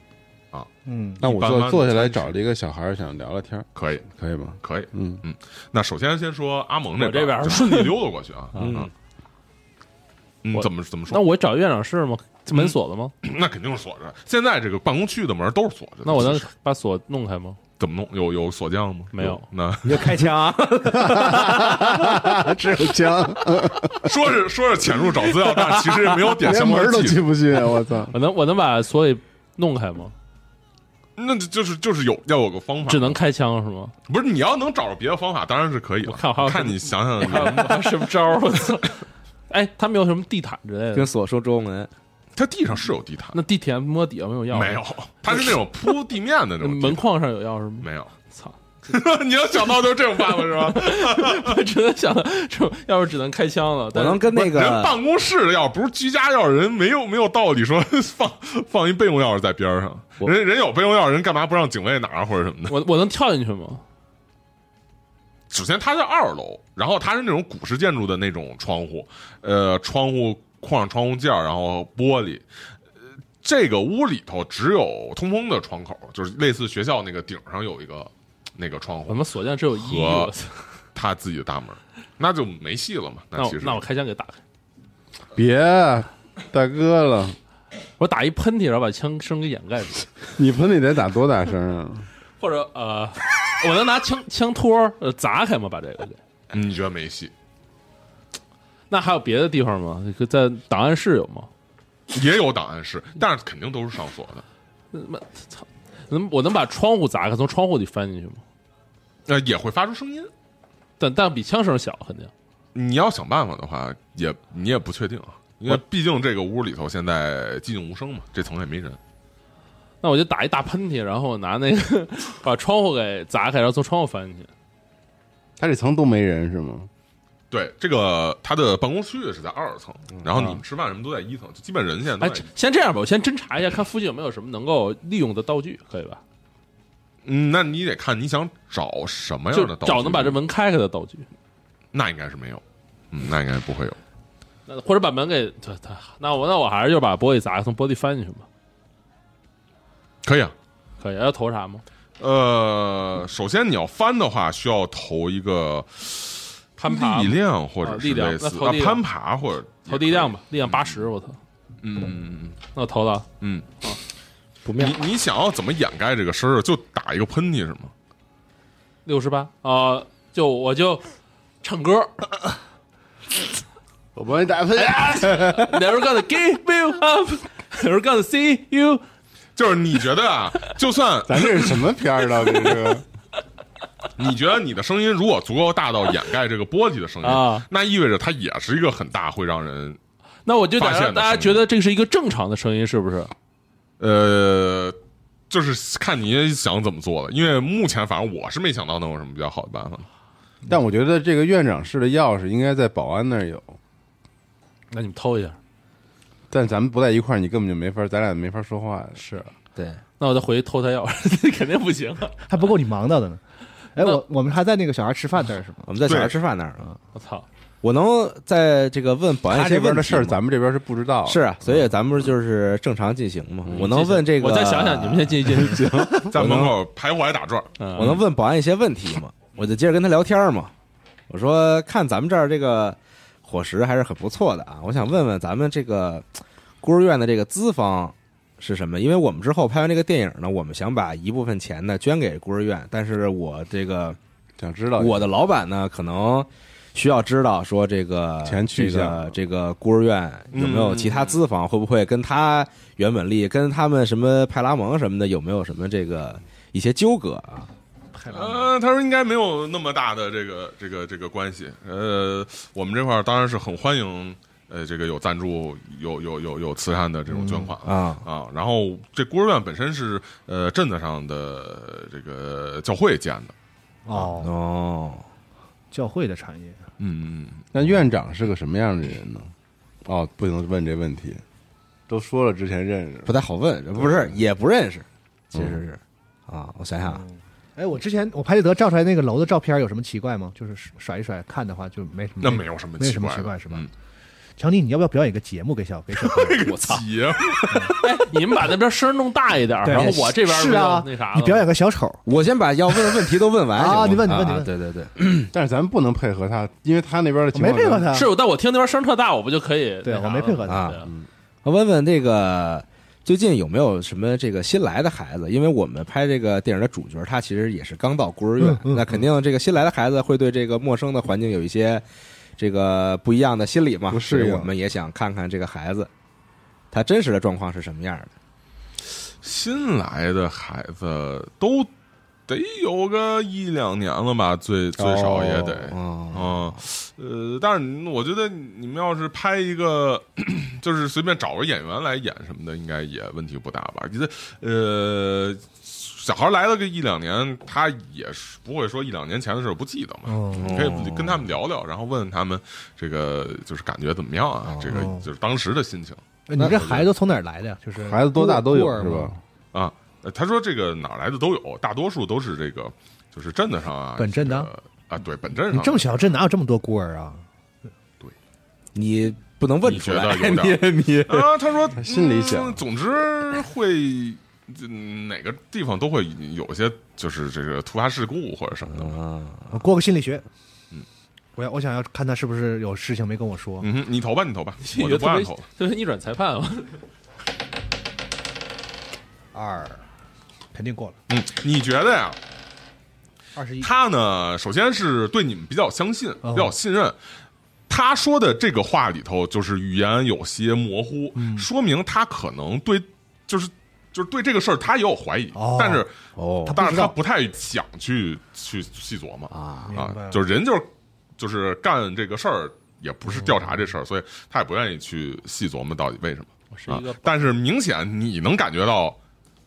B: 嗯，
C: 那我
F: 一般
C: 坐
F: 般
C: 坐下来
F: 的餐
C: 找了一个小孩儿，想聊聊天儿，
F: 可以，
C: 可以 吗？
F: 可以。
C: 嗯，
F: 那首先先说阿蒙这
D: 我这边儿
F: 就顺利溜达过去啊，
D: 嗯
F: 嗯，嗯
D: 我
F: 怎么怎么
D: 那
F: 说？
D: 我找院长室吗？门锁了吗？
F: 那肯定是锁着。现在这个办公区域的门都是锁着的。
D: 那我能
F: 其实
D: 把锁弄开吗？
F: 怎么弄？有有锁匠吗？
D: 没有
F: 那
G: 你就开枪，
C: 只 有枪，
F: 说是说是潜入找资料，但是其实也没有点
C: 连
F: 相
C: 门
F: 关
C: 儿都
F: 技术。
C: 进不去，啊我 操！
D: 我能我能把锁给弄开吗？
F: 那就就是就是有要有个方法
D: 只，能开枪是吗？
F: 不是你要能找着别的方法，当然是可以了。
D: 我看我还有
F: 看你想 想你能不能，
D: 还有 什么招儿？我操！ 哎，他们有什么地毯之类
E: 跟
D: 的？
E: 锁说中文，
F: 它地上是有地毯，
D: 那地铁摸底下没有钥匙？
F: 没有，它是那种铺地面的那
D: 那
F: 种地毯
D: 门框上有钥 匙吗？
F: 没有。
D: 操！
F: 你能想到就是这种办法是 吧？
D: 我只能 想到这种，要是只能开枪了。
E: 我
D: 但是
E: 能跟那
F: 人
E: 个
F: 办公室的钥匙不是居家钥匙，人没有没有道理说 放放一备用钥匙在边儿上。
E: 我
F: 人人有备用钥匙，人干嘛不让警卫拿或者什么的？
D: 我我能跳进去吗？
F: 首先它是二楼，然后它是那种古式建筑的那种窗户，呃，窗户框、窗户件儿，然后玻璃。呃这个屋里头只有通风的窗口，就是类似学校那个顶上有一个那个窗
D: 我
F: 户，
D: 们锁匠只有一，
F: 和
D: 我操
F: 他自己的大门。那就没戏了嘛。
D: 那我
F: 其实
D: 那我开枪给打开，
C: 别，大哥了，
D: 我打一喷嚏，然后把枪声给掩盖住，
C: 你喷你得打多大声啊？
D: 或者呃， 我能拿枪枪托儿呃砸开吗？把这个给。
F: 你觉得没戏，
D: 那还有别的地方吗？在档案室有吗？
F: 也有档案室，但是肯定都是上锁的。
D: 妈操！能我能把窗户砸开，从窗户里翻进去吗？
F: 呃，也会发出声音。
D: 但但比枪声小，肯定。
F: 你要想办法的话，也你也不确定啊，因为
D: 我
F: 毕竟这个屋里头现在寂静无声嘛，这层也没人。
D: 那我就打一大喷嚏，然后我拿那个把窗户给砸开，然后从窗户翻进去。哎
C: 他这层都没人是吗？
F: 对，这个他的办公区域是在二层，然后你们吃饭什么都在一层，就基本人现在
D: 哎
F: 都在一。，
D: 先这样吧，我先侦查一下，看附近有没有什么能够利用的道具，可以吧？
F: 嗯，那你得看你想找什么
D: 就
F: 样的道具，
D: 找能把这门开开的道具，
F: 那应该是没有，嗯，那应该不会有。
D: 那或者把门给对对，那我那我还是就把玻璃砸开，从玻璃翻进去吧。
F: 可以啊，
D: 可以，要投啥吗？
F: 呃，首先你要翻的话，需要投一个
D: 攀爬
F: 力量或
D: 啊
F: 者
D: 力
F: 是
D: 量
F: 类
D: 那
F: 似
D: 投
F: 啊
D: 力量啊
F: 攀爬或者
D: 投
F: 也可以
D: 力量，吧，力量八十，我操！
F: 嗯
D: 那我投了，
F: 嗯，
E: 不妙
F: 你，你想要怎么掩盖这个声儿？就打一个喷嚏是吗？
D: 六十八啊，就我就唱歌，
C: 我帮你打喷。
D: Never gonna give you up, never gonna see you。
F: 就是你觉得啊，就算
C: 咱这是什么片儿？到底是？
F: 你觉得你的声音如果足够大到掩盖这个玻璃的声音，
D: 啊
F: 那意味着它也是一个很大，会让人
D: 那我就得
F: 发现
D: 让
F: 了
D: 大家
F: 声音
D: 觉得这是一个正常的声音，是不是？
F: 呃，就是看你想怎么做了。因为目前反正我是没想到能有什么比较好的办法。
C: 但我觉得这个院长室的钥匙应该在保安那儿有，
D: 那你们偷一下。
C: 但咱们不在一块儿，你根本就没法，咱俩没法说话。是，
E: 对，
D: 那我再回去偷他钥匙， 肯定不行啊！
B: 还不够你忙到的呢。哎，
D: 那
B: 我我们还在那个小孩吃饭那儿是吗？
E: 我们在小孩
F: 对
E: 吃饭那儿啊，
D: 我操，
E: 我能在这个问保安
B: 哎
C: 他
E: 一些
C: 这边
E: 问
C: 的
E: 题
C: 事儿
E: 吗
C: 咱们这边是不知道。
E: 是，
D: 嗯
E: 啊，所以咱们就是正常进行嘛。我能问这个，
D: 我再想想，你们先进去进去。
F: 在门口徘徊打转，
D: 嗯
E: 我能问保安一些问题 吗？我就接着跟他聊天嘛。我说，看咱们这儿这个伙食还是很不错的啊，我想问问咱们这个孤儿院的这个资方是什么？因为我们之后拍完这个电影呢，我们想把一部分钱呢捐给孤儿院，但是我这个
C: 想知道
E: 我的老板呢，可能需要知道说这个
C: 钱去
E: 这
C: 向
E: 个这个孤儿院有没有其他资方，会不会跟他原本利益跟他们什么派拉蒙什么的有没有什么这个一些纠葛啊？
F: 呃，他说应该没有那么大的这个这个这个关系。呃，我们这块儿当然是很欢迎，呃，这个有赞助、有有有有慈善的这种捐款了
E: 啊
F: 啊。然后这孤儿院本身是呃镇子上的这个教会建的，
B: 哦，
E: 哦，
B: 教会的产业，
F: 嗯，
C: 那院长是个什么样的人呢？哦，不能问这问题，都说了之前认识。
E: 不太好问，不
B: 嗯
E: 是也不认识，其实是、啊，我想想啊，
B: 哎，我之前我拍立得照出来那个楼的照片有什么奇怪吗？就是甩一甩看的话就没什么，
F: 那嗯没有什么
B: 没有
F: 奇
B: 什么
F: 怪
B: 奇
F: 的，
B: 怪是吧
F: 嗯
B: 强尼，你要不要表演一个节目给小给小 朋友？
D: 我操！
F: 姐
D: 嗯哎，你们把那边声儿弄大一点，
B: 对
D: 然后我这边
B: 是啊
D: 不就那啥，了吗
B: 你表演个小丑，
E: 我先把要问的问题都问 完
B: 啊
E: 行吗
B: 你问你问你
E: 啊
B: 问
E: 对对对，
C: 但是咱们不能配合他，因为他那边
B: 嗯我
C: 的情
B: 没
C: 况
B: 配合他，
D: 是，但我听那边声儿特大，我不就可以？
B: 啊对
D: 那啥
B: 我没
D: 了
B: 配合他
E: 啊
D: 对啊
E: 我问问这个最近有没有什么这个新来的孩子？因为我们拍这个电影的主角他其实也是刚到孤儿院，
B: 嗯
E: 那肯定这个新来的孩子会对这个陌生的环境有一些这个不一样的心理嘛。
C: 不适应
E: 所以我们也想看看这个孩子他真实的状况是什么样的。
F: 新来的孩子都得有个一两年了吧，最最少也得。
E: 哦，
F: 啊，呃，但是我觉得你们要是拍一个， 就是随便找个演员来演什么的，应该也问题不大吧？你这呃，小孩来了个一两年，他也是不会说一两年前的事儿不记得嘛。
B: 嗯，
F: 你可以跟他们聊聊，然后问问他们这个就是感觉怎么样啊？这个就是当时的心情
B: 你这孩子都从哪儿来的呀？就是
C: 孩子多大都有
B: 孤儿
C: 是
B: 吗
C: 吧？？
F: 啊。呃他说这个哪儿来的都有，大多数都是这个就是镇子上啊，
B: 本镇的
F: 这个啊，对本镇上
B: 你
F: 的
B: 这么小镇哪有这么多孤儿啊？
E: 你不能问
F: 你
E: 出
F: 觉
E: 来
F: 得，有点
E: 你你
F: 啊，他说
C: 心里
F: 嗯
C: 想
F: 总之会嗯哪个地方都会
C: 嗯
F: 有一些就是这个突发事故或者什么的。
E: 啊。
B: 过个心理学，我要我想要看他是不是有事情没跟我说。
F: 嗯哼，你投吧，你投吧，我
D: 我
F: 就
D: 就
F: 不
D: 特
F: 按
D: 别
F: 投了。
D: 特别逆转裁判啊嘛，
B: 二，肯定过了，
F: 嗯，你觉得呀？
B: 二十一。
F: 他呢，首先是对你们比较相信，
B: 哦
F: 比较信任。他说的这个话里头，就是语言有些模糊，
B: 嗯
F: 说明他可能对，就是就是对这个事儿他也有怀疑，
B: 哦
F: 但是
E: 哦
F: 但是他不太想去去细琢磨
E: 啊，
B: 明白
F: 啊
B: 了，
F: 就是人就是就是干这个事儿，也不是调查这事儿，所以他也不愿意去细琢磨到底为什么。
D: 我是一个
F: 啊，但是明显你能感觉到，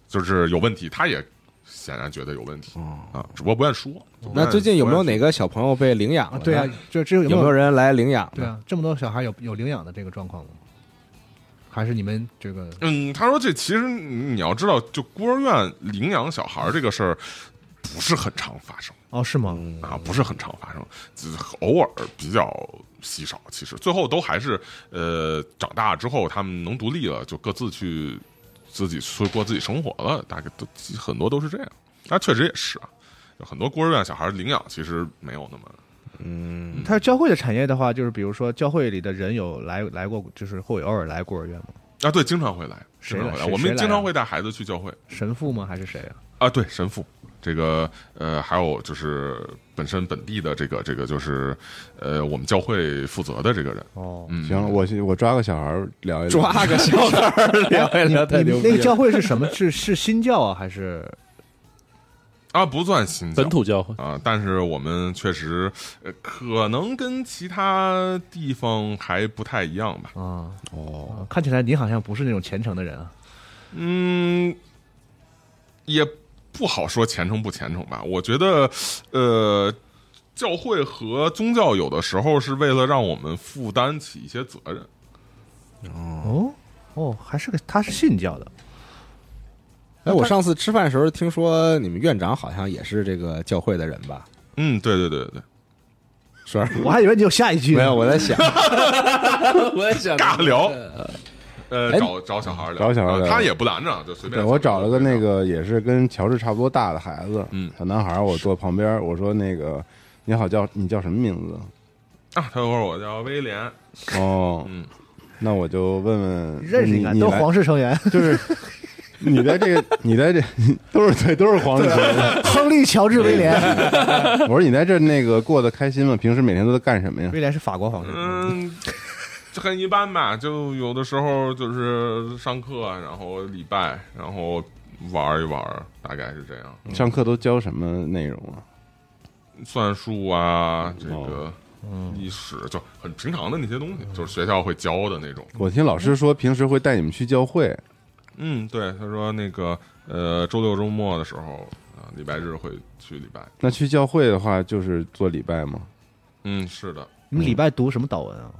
F: 就是有问题，他也显然觉得有问题、啊，只不过不愿说。
E: 嗯那最近有没有
F: 哪？
E: 哪个小朋友被领养
B: 啊，
E: 了？
B: 对啊，，这这有
E: 有没有人来领养？
B: 对，啊，这么多小孩有有领养的这个状况吗？还是你们这个
F: 嗯，他说这其实你要知道，就孤儿院领养小孩儿这个事儿不是很常发生
B: 哦是吗？
F: 啊，不是很常发生，只偶尔比较稀少。其实最后都还是呃，长大之后他们能独立了，就各自去自己去过自己生活了，大概都很多都是这样。但确实也是啊，有很多孤儿院小孩儿领养其实没有那么
E: 嗯，
B: 它教会的产业的话，就是比如说教会里的人有来来过，就是会偶尔来孤儿院吗？
F: 啊，对，经常会来，
B: 谁
F: 经常会
B: 来
F: 来，
B: 谁
F: 我
B: 谁
F: 们
B: 来
F: 经常
B: 啊
F: 会带孩子去教会。
B: 神父吗？还是谁啊？
F: 啊，对，神父，这个呃，还有就是本身本地的这个这个就是呃，我们教会负责的这个人，
B: 哦，
F: 嗯，
C: 行了，我去我抓个小孩儿聊一聊，
E: 抓个小孩儿聊一聊，太
B: 你
E: 牛
B: 们
E: 逼
B: 那个
E: 了！
B: 教会是什么？是是新教啊，还是
F: 啊，不算新 教
D: 本土 教会，
F: 啊，但是我们确实呃，可能跟其他地方还不太一样吧，
B: 啊？
C: 哦，
B: 啊看起来你好像不是那种虔诚的人啊。
F: 嗯，也不好说虔诚不虔诚吧，我觉得呃。教会和宗教有的时候是为了让我们负担起一些责任，
B: 哦哦，还是个他是信教的
E: 哎，我上次吃饭的时候听说你们院长好像也是这个教会的人吧？
F: 嗯，对对对对对，
E: 是吧？
B: 我还以为你有下一句呢。
E: 没有，我 在想，我在想
F: 尬聊，呃，
E: 哎
F: 找找小孩儿聊，
C: 找小孩儿
F: 啊
C: 聊
F: 他也不拦着，就随便
C: 对
F: 找。
C: 我找了个那个也是跟乔治差不多大的孩子，
F: 嗯
C: 小男孩儿，我坐旁边儿，我说那个你好叫你叫什么名 字？
F: 啊，他说我叫威廉，
C: 哦，
F: 嗯，
C: 那我就问问
B: 认识
C: 你
B: 一个
C: 你
B: 都
C: 来
B: 皇室成员，
C: 就是你在这个你在这都是对都是皇室 成员。
B: 亨利、乔治、威廉。
C: 我说你在这那个过得开心吗？平时每天都在干什么呀？
B: 威廉是法国皇室，
F: 嗯，这很一般吧，就有的时候就是上课，啊然后礼拜，然后玩一玩，大概是这样，
C: 上课都教什么内容啊？
F: 算术啊，这个
C: 哦
B: 嗯
F: 历史就很平常的那些东西，就是学校会教的那种。
C: 我听老师说平时会带你们去教会，
F: 嗯，对，他说那个呃，周六周末的时候啊，礼拜日会去礼拜。
C: 那去教会的话就是做礼拜吗？
F: 嗯，是的，
B: 你们礼拜读什么祷文啊？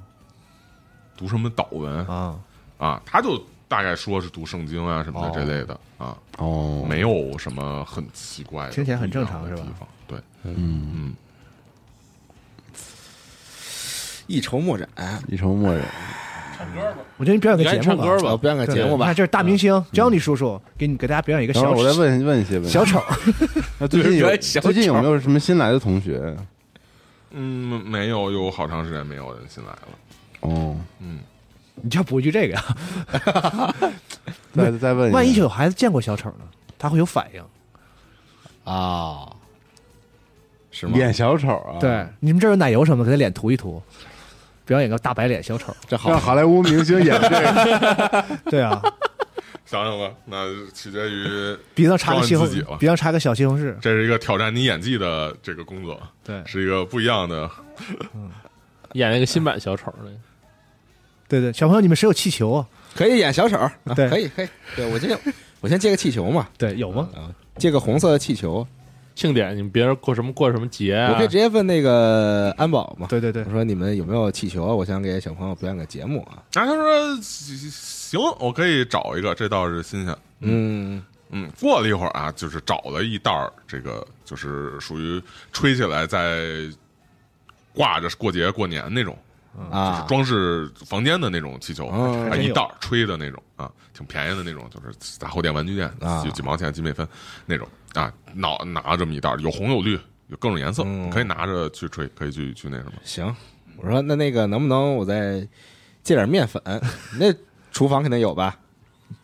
F: 读什么祷文
B: 啊，
F: 啊，他就大概说是读圣经啊什么的这类的、
C: 哦
F: 啊，没有什么很奇怪的，
B: 听起来很正常
F: 不一样的
B: 是吧
F: 地方对，
C: 嗯，
F: 嗯，
E: 一筹莫展。
C: 一筹莫展。
B: 我觉得你表演
D: 你
B: 个
D: 赶
B: 节
D: 紧
B: 目
D: 唱歌
B: 吧
D: 吧
E: 我，啊表演个节目
B: 你
E: 吧
B: 看，，这是大明星教你叔叔，给你给大家表演一个
C: 然
B: 小
C: 后我再问问一些问题
B: 小。 丑，
C: 那最近
E: 对
C: 有
E: 比较小
C: 最近有没有什么新来的同学？
F: 嗯，没有，有好长时间没有人新来了。
C: 哦，
F: 嗯，
B: 你就补一句这个呀？
C: 再再问下，
B: 万一有孩子见过小丑呢，他会有反应。
E: 啊，是吗？
C: 演小丑啊？，，
B: 你们这儿有奶油什么的，给他脸涂一涂，表演个大白脸小丑。
E: 这好
C: 让好莱坞明星演这个，
B: 对啊，
F: 想想吧，那取决于
B: 鼻子上插个西
F: 装
B: 红
F: 你自己了，
B: 鼻子上插个小西红柿。
F: 这是一个挑战你演技的这个工作，
B: 对
F: 是一个不一样的。啊
D: 演了一个新版小丑的，
B: 对对，小朋友，你们谁有气球啊？
E: 可以演小丑，啊
B: 对
E: 可以可以。对我今天我先借个气球嘛，
B: 对，有吗？
E: 借个红色的气球，
D: 庆典你们别人过什么过什么节啊，
E: 我可以直接问那个安保嘛。
B: 对对对
E: 我，说你们有没有气球啊？我想给小朋友表演个节目啊。
F: 然后他说行，我可以找一个，这倒是新鲜。
E: 嗯，
F: 嗯，过了一会儿啊，就是找了一袋儿，这个就是属于吹起来在挂着过节过年那种，就是
E: 啊，
F: 装饰房间的那种气球，
E: 哦
F: 啊，
B: 还真有
F: 一袋儿吹的那种啊，挺便宜的那种，就是杂货店、玩具店
E: 啊
F: 几几毛钱、几美分那种啊，拿拿这么一袋儿，有红有绿有各种颜色，
E: 嗯
F: 可以拿着去吹，可以去去那什么。
E: 行，我说那那个能不能我再借点面粉？那厨房肯定有吧？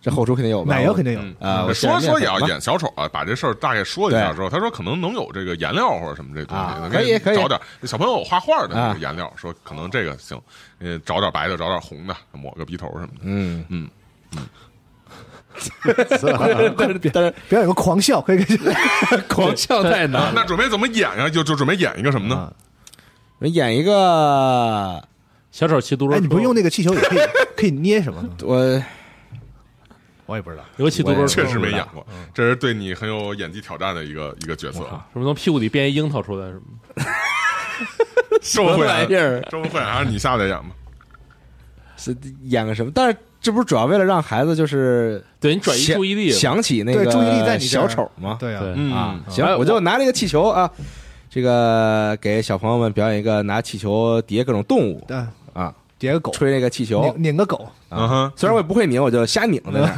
E: 这后厨肯定有吧？
B: 奶油肯定有，
E: 啊，我借
F: 说
E: 点面
F: 说
E: 粉
F: 也要
E: 吧
F: 演小丑啊，把这事儿大概说一下
E: 对
F: 之后，他说可能能有这个颜料或者什么这东
E: 啊
F: 西，
E: 可以
F: 你
E: 可以
F: 找点小朋友画画的那
E: 啊
F: 个颜料，说可能这个行，呃，找点白的，找点红的，抹个鼻头什么的。
E: 嗯 啊
F: 嗯，
E: 但是
B: 不要有个狂笑，可以 可以
E: 狂笑太难
F: 那准备怎么演啊？就就准备演一个什么
E: 啊
F: 呢？
E: 了。演一个
D: 小丑骑独轮
B: 哎，
D: 车，
B: 你不用那个气球也可以，可以捏什么呢？
E: 我
B: 我也不知道。
D: 尤其独
E: 我
D: 轮
E: 也
D: 车
F: 确实没演过，
E: 嗯
F: 这是对你很有演技挑战的一个一个角色。
D: 啊，什么从屁股里变一樱桃出来什么？
F: 周慧
E: 玩
F: 涵
E: 意，儿
F: 周慧涵还是你下来演吧。
E: 是演个什么？但是这不是主要为了让孩子就是
D: 对你转移
E: 想
D: 注意力嘛，
E: 想起那个
B: 对注意力在你这
E: 小
B: 儿
E: 丑吗？
B: 对啊，
D: 对
E: 啊
F: 嗯，，
E: 行
D: 哎，
E: 我就拿了一个气球啊，这个给小朋友们表演一个拿气球叠各种动物
B: 但
E: 啊，
B: 叠个狗，
E: 吹那个气球
B: 拧拧个狗，
F: 嗯
E: 啊
F: 哼。
E: 虽然我也不会拧，我就瞎拧在那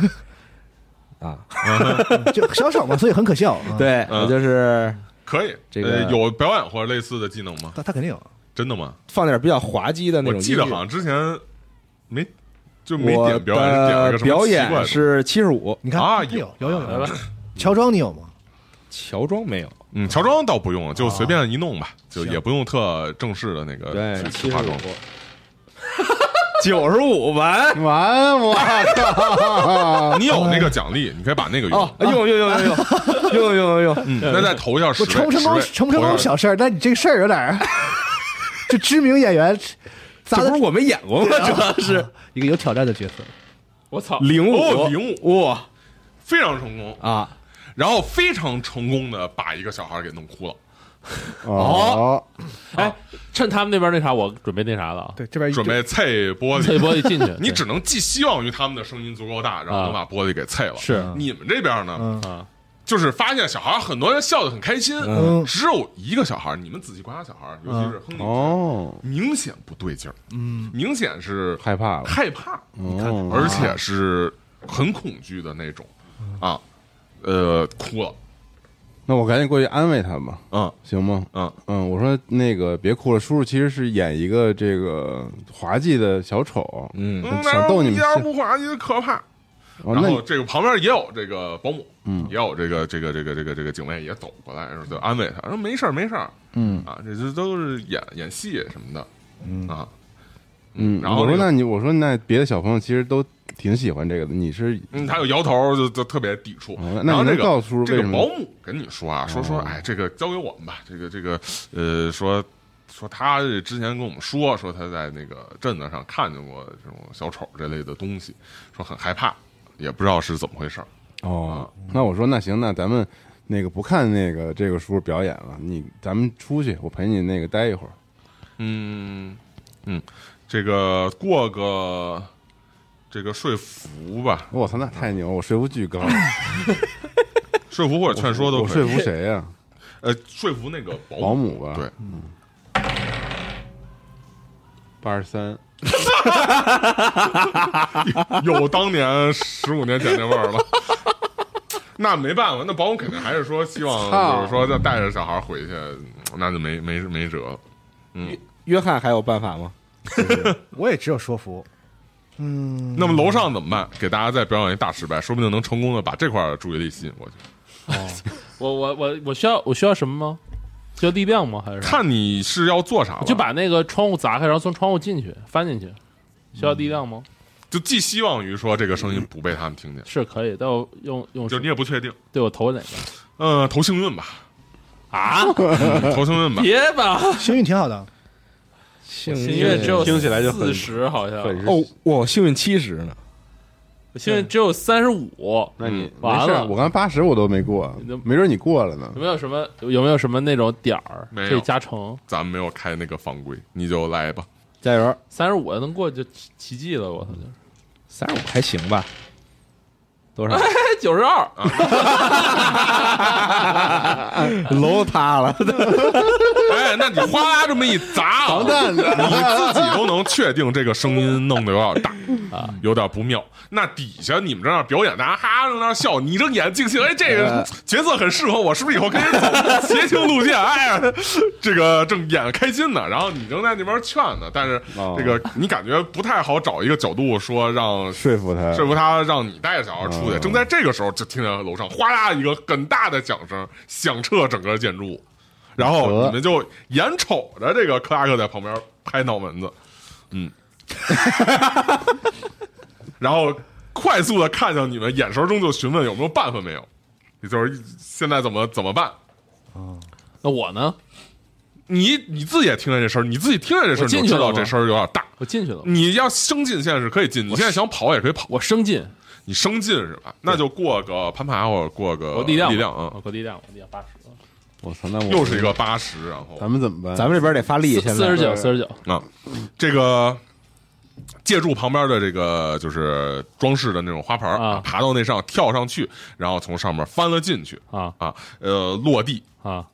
B: 嗯
E: 儿啊。
B: 就小丑嘛，所以很可笑。啊，
E: 对
F: 嗯
E: 我就是
F: 可以，
E: 这个
F: 呃有表演或者类似的技能吗？
B: 他他肯定有。
F: 真的吗？
E: 放点比较滑稽的那
F: 我
E: 种音
F: 记得
E: 乐。
F: 好像之前没就没
E: 我
F: 点表演，是点了
E: 的
F: 个什么
E: 表
F: 奇怪
E: 演
F: 的。
E: 是七十五，
B: 你看他
F: 啊
B: 有有有
D: 来
B: 有
D: 吧，
B: 乔装你有吗？
E: 乔装没有，
F: 嗯，乔装倒不用，
E: 啊
F: 就随便一弄吧，就也不用特正式的那个
E: 对
F: 去去化妆。
E: 九十五完
C: 完，我操！
F: 你有那个奖励，你可以把那个用
E: 哦。，哎呦呦呦 呦呦呦呦呦呦，
F: 嗯，那再投一下十
B: 我
F: 位，
B: 成不成
F: 十
B: 功
F: 位
B: 成不成功
F: 投一
B: 是
F: 下
B: 小事儿，但你这个事儿有点儿，这知名演员
E: 这
B: 咋
E: 不
B: 的
E: 是我们演过吗？ 主要是
B: 一个有挑战的角色，
D: 我操，
E: 零
F: 哦
E: 五
F: 零
E: 五哇
F: 非常成功，
E: 啊！
F: 然后非常成功的把一个小孩给弄哭了。
C: 哦，
D: 哎，趁他们那边那啥，我准备那 啥了啊，
B: 对这边
F: 准备碎哎玻
D: 这
F: 璃。
D: 波得进去，
F: 你
D: 对
F: 只能寄希望于他们的声音足够大，然后能
C: 啊
F: 把玻璃给碎了。
D: 是
F: 你们这边呢？
D: 啊，
F: 就是发现小孩很多人笑得很开心，
B: 嗯
F: 只有一个小孩，你们仔细观察小孩，尤其是亨利，
C: 哦，
F: 明显不对劲儿，嗯，明显是
C: 害怕了，
F: 害怕，嗯
C: 哦
F: 而且是很恐惧的那种，啊，呃，哭了，
C: 那我赶紧过去安慰他吧，
F: 嗯
C: 行吗？
F: 嗯，
C: 嗯，我说那个别哭了，叔叔其实是演一个这个滑稽的小丑，
E: 嗯
C: 想逗你们
F: 一点
C: 笑。
F: 不滑稽，可怕。
C: 哦，
F: 然
C: 那
F: 后
C: 你
F: 这个旁边也有这个保姆，嗯，也有这个这个这个这个这个警卫也走过来，然后就安慰他，说没事儿没事儿，
C: 嗯
F: 啊，这这都是演演戏什么的，嗯啊，
C: 嗯，
F: 然后
C: 我说
F: 那个
C: 那你我说那别的小朋友其实都挺喜欢这个的，你是
F: 嗯，他有摇头就就特别抵触。
C: 哦那
F: 然后
C: 你
F: 这
C: 能
F: 个
C: 告诉
F: 这个
C: 为什么哦
F: 保姆跟你说啊，说说哎，这个交给我们吧，这个这个呃，说说他之前跟我们说说他在那个镇子上看见过这种小丑这类的东西，说很害怕，也不知道是怎么回事儿。
C: 哦，那我说那行，那咱们那个不看那个这个叔表演了，你咱们出去，我陪你那个待一会儿。
F: 嗯嗯，这个过个这个说服吧，
C: 我操，那太牛！我说服巨 高，
F: 说服或者劝说都
C: 我
F: 可
C: 说
F: 以。
C: 服谁呀、
F: 呃，说服那个保
C: 保
F: 姆。
C: 姆吧？
F: 对，
C: 八十三。
F: 有当年十五年前那味儿了。 那没办法，那保姆肯定还是说希望，就是说要带着小孩回去，那就没没没辙了。
E: 约翰还有办法吗？
B: 我也只有说服，
F: 那么楼上怎么办？给大家再表演一大失败，说不定能成功的把这块儿的注意力吸引过去。
D: 我我我我需要我需要什么吗？需要力量吗？还是啥
F: 看你是要做啥了，
D: 就把那个窗户砸开，然后从窗户进去翻进去，需要力量吗？
F: 就寄希望于说这个声音不被他们听见，
D: 是可以，但我用
C: 嗯
D: 用
F: 就你也不确定。
D: 对我投哪个
F: 嗯、投幸运吧， 嗯
D: 啊？
F: 投幸运吧。
D: 别吧，
B: 幸运挺好的，
E: 幸
D: 幸运只有
C: 听起来就很
D: 四十，好像
C: 很是
E: 哦，我幸运七十呢，
D: 幸运只有三十五。
C: 那你
D: 嗯
C: 嗯
D: 完
C: 没事
D: 了
C: 我刚八十我都没过
D: 你都，
C: 没准你过了呢
D: 有。没有什么有没有什么那种点儿
F: 没有
D: 可以加成？
F: 咱们没有开那个犯规，你就来吧。
E: 加油！
D: 三十五能过就奇迹了，我操！就是
E: 三十五还行吧，多少？
D: 哎九十二，
E: 楼塌 了，
F: 哎，那你哗啦这么一砸，啊
C: 防弹的
F: 你自己都能确定这个声音弄得有点大啊，有点不妙。那底下你们这样表演，大家哈哈在那儿笑，你睁眼尽兴，哎，这
C: 啊
F: 个角色很适合我，是不是以后跟人走斜情路线？哎呀，这个正演得开心呢，然后你正在那边劝呢，但是
C: 哦
F: 这个你感觉不太好找一个角度说让
C: 说服他，
F: 说服他让你带着小孩出
C: 嗯
F: 去。正在这个时候，就听见楼上哗啦一个很大的响声，响彻整个建筑物。然后你们就眼瞅着这个克拉克在旁边拍脑门子，嗯， 然后快速的看向你们，眼神中就询问有没有办法没有，也就是现在怎么怎么办？
D: 那我呢？
F: 你你自己也听见这声儿，你自己听见这声儿，
D: 我进
F: 你
D: 去
F: 就知
D: 了
F: 道
D: 吗
F: 这声儿有点大。
D: 我进去了，
F: 你要生进现实可以进，你现在想跑也可以跑。
D: 我生进，
F: 你生进是吧？那就过个攀爬或者过个
D: 我哦力量吧，
F: 力量啊
D: 我，够力量，我力量八十，
C: 我操，那我
F: 又是一个八十，然后
C: 咱们怎么办？
E: 咱们这边得发力，现在
D: 四十九，四十九，
F: 啊，这个借助旁边的这个就是装饰的那种花盆儿
D: 啊
F: 爬到那上跳上去，然后从上面翻了进去
D: 啊
F: 啊，呃，落地
D: 啊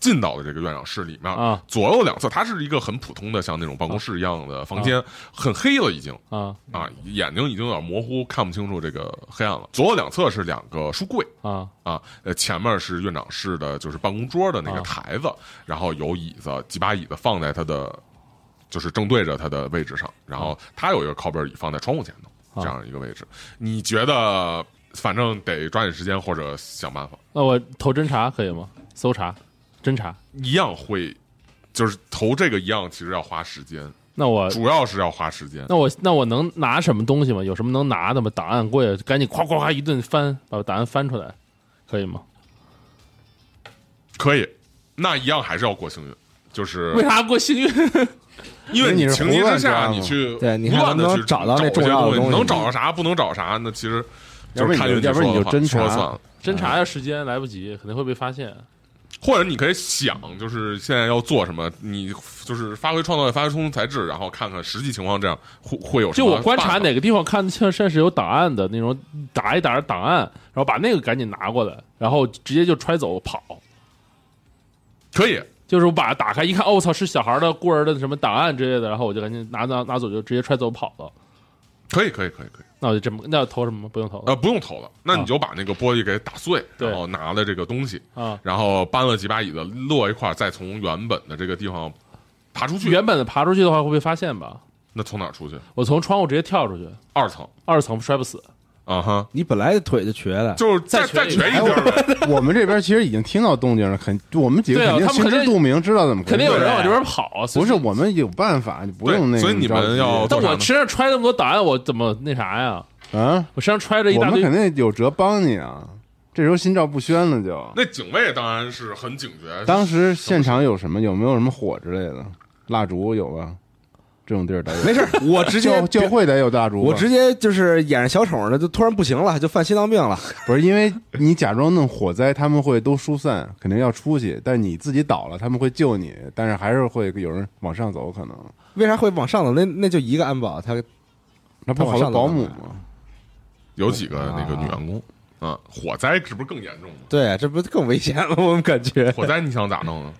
F: 进到了这个院长室里面
D: 啊
F: 左右两侧它是一个很普通的像那种办公室一样的房间，很黑了已经。
D: 啊
F: 啊，眼睛已经有点模糊，看不清楚这个黑暗了。左右两侧是两个书柜，
D: 啊
F: 啊，呃，前面是院长室的，就是办公桌的那个
D: 啊
F: 台子，然后有椅子，几把椅子放在他的，就是正对着他的位置上，然后他有一个靠背椅放在窗户前头，这样一个位置。你觉得，反正得抓紧时间或者想办法，
D: 那我投侦查可以吗？搜查，侦查，
F: 一样会，就是投这个一样，其实要花时间，
D: 那我
F: 主要是要花时间。
D: 那我那我能拿什么东西吗？有什么能拿的吗？档案柜，赶紧夸夸夸一顿翻，把档案翻出来，可以吗？
F: 可以，那一样还是要过幸运。就是
D: 为啥过幸运？
C: 因
F: 因为
C: 为你是
F: 情急
C: 胡乱
F: 之下，
C: 抓
F: 你
C: 嘛
F: 去
E: 对你
F: 胡
E: 看
F: 乱
E: 能不
F: 的去
E: 能找到那
F: 这
E: 重
F: 些
E: 要的
F: 东西，
E: 东
F: 你
E: 西
F: 能找着啥，不能找着啥，那其实
C: 要
F: 就
C: 不你
F: 是看运气
C: 要不你
F: 说
C: 就
F: 了
C: 侦
F: 算
C: 查
F: 说了算了。
D: 侦查要时间来不及，肯定会被发现。
F: 或者你可以想，就是现在要做什么，你就是发挥创造力，发挥冲突才智，然后看看实际情况，这样会会有什
D: 就
F: 么办法？
D: 我观察哪个地方看得清，甚是有档案的那种，打一打档案，然后把那个赶紧拿过来，然后直接就揣走跑。
F: 可以，
D: 就是我把它打开一看，哦，我操，是小孩的、孤儿的什么档案之类的，然后我就赶紧拿拿拿走，就直接揣走跑了。
F: 可以，可以，可以，可以。
D: 那我就这么，那要投什么？不用投了
F: 呃，不用投了，那你就把那个玻璃给打碎，
D: 啊对
F: 然后拿了这个东西，
D: 啊。
F: 然后搬了几把椅子摞一块儿，再从原本的这个地方爬出去。
D: 原本的爬出去的话会被发现吧？
F: 那从哪儿出去？
D: 我从窗户直接跳出去，
F: 二层
D: 二层摔不死。
F: 啊哈，
E: 你本来腿就瘸了，
F: 就是再
D: 再
F: 再
D: 瘸一
F: 瘸一
C: 哎
F: 地儿呗。
C: 我我们这边其实已经听到动静了，肯我们几个
D: 对啊
C: 肯定
D: 他
C: 心
D: 们肯定
C: 知肚明，知道怎么回事
D: 肯定有人往这边跑，所以
C: 不是我们有办法，你不用那个，
F: 对所以你们
C: 着急
F: 要
D: 但
F: 做啥
D: 我
F: 呢
D: 身上揣那么多档案，我怎么那啥呀？
C: 啊，
D: 我身上揣着一
C: 我
D: 大
C: 们
D: 堆
C: 肯，定有辙帮你啊。这时候心照不宣了就，
F: 那警卫当然是很警觉，
C: 当时现场有什么？有没有什么火之类的？蜡烛有吧？这种地儿得有。
E: 没事儿，我直接
C: 教教会得有蜡烛吧。
E: 我直接就是演着小丑呢，就突然不行了，就犯心脏病了。
C: 不是因为你假装弄火灾，他们会都疏散，肯定要出去。但你自己倒了，他们会救你，但是还是会有人往上走，可能。
E: 为啥会往上走？那那就一个安保，他
C: 那不好多保姆
E: 他往
C: 吗？
F: 有几个那个女员工啊，火灾是不是更严重吗？
E: 对，啊这不更危险了？我们感觉
F: 火灾你想咋弄啊？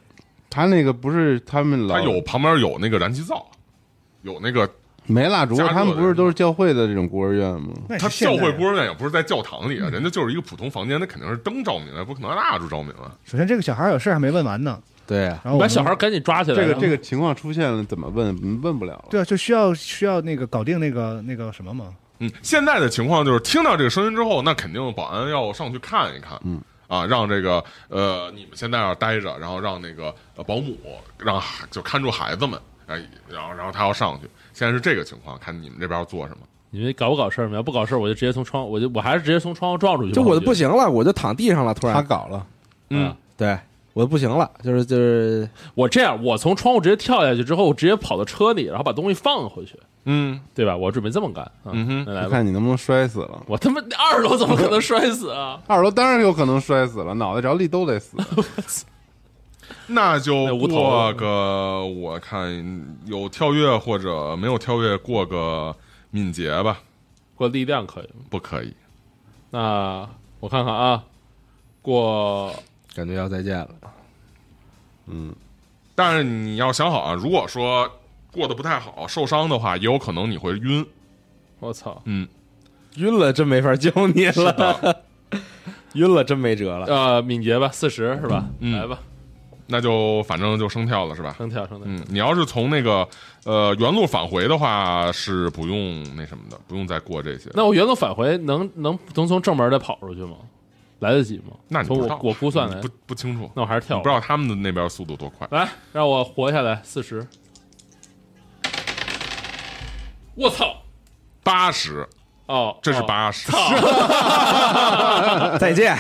C: 他那个不是他们老
F: 它有旁边有那个燃气灶，有那个
C: 没蜡烛，
F: 加热的
C: 他们不是都是教会的这种孤儿院吗？
B: 那也
F: 它
B: 哎是现
F: 教
B: 代
F: 会
B: 人
F: 孤儿院也不是在教堂里啊，人家就是一个普通房间，那肯定是灯照明啊，不可能让蜡烛照明啊。
B: 首先这个小孩有事儿还没问完呢，
E: 对啊，
B: 然后
D: 你
B: 我
D: 把
B: 们
D: 小孩赶紧抓起来。啊
C: 这个
D: 然后
C: 这个情况出现了，怎么问？嗯问不了了。
B: 对啊，就需要需要那个搞定那个那个什么嘛，
F: 嗯，现在的情况就是听到这个声音之后，那肯定保安要上去看一看，嗯啊，让这个呃你们先在那儿待着，然后让那个、呃、保姆让孩就看住孩子们，哎，然后然后他要上去。现在是这个情况，看你们这边要做什么。
D: 你们搞不搞事儿？你们要不搞事儿，我就直接从窗，我就我还是直接从窗户撞出去吧。
E: 就我
D: 就
E: 就不，行了，我就躺地上了，突然
C: 搞了，
D: 嗯，
E: 对。我就不行了，就是就是，
D: 我这样，我从窗户直接跳下去之后，我直接跑到车里，然后把东西放回去，
F: 嗯，
D: 对吧？我准备这么干。嗯
F: 哼
D: 那来
C: 就
D: 吧。
C: 看你能不能摔死了。
D: 我他妈二楼怎么可能摔死啊？
C: 二楼当然有可能摔死了，脑袋着地都得死。
F: 那
D: 那
F: 就
D: 无头
F: 过个，呃我看有跳跃或者没有跳跃，过个敏捷吧，
D: 过力量可以吗？
F: 不可以。
D: 那我看看啊，过
E: 感觉要再见了。
F: 但是你要想好啊，如果说过得不太好，受伤的话，也有可能你会晕。
D: 我操，
F: 嗯，
E: 晕了真没法救你
F: 是
E: 了，
F: 的，
E: 晕了真没辙了。
D: 呃，敏捷吧，四十是吧？
F: 嗯
D: 来吧，
F: 那就反正就生跳了是 吧？
D: 生跳生跳。
F: 嗯，你要是从那个呃原路返回的话，是不用那什么的，不用再过这些。
D: 那我原路返回能能能从正门再跑出去吗？来得及吗？
F: 那你
D: 从
F: 不知
D: 我
F: 道，
D: 我估算来
F: 你，不不清楚，
D: 那我还是
F: 你
D: 跳
F: 不
D: 吧
F: 知道他们的那边速度多快。
D: 来，让我活下来四十。我操！
F: 八十，
D: 哦，
F: 这是
D: 哦，
F: 八十，
E: 再 见，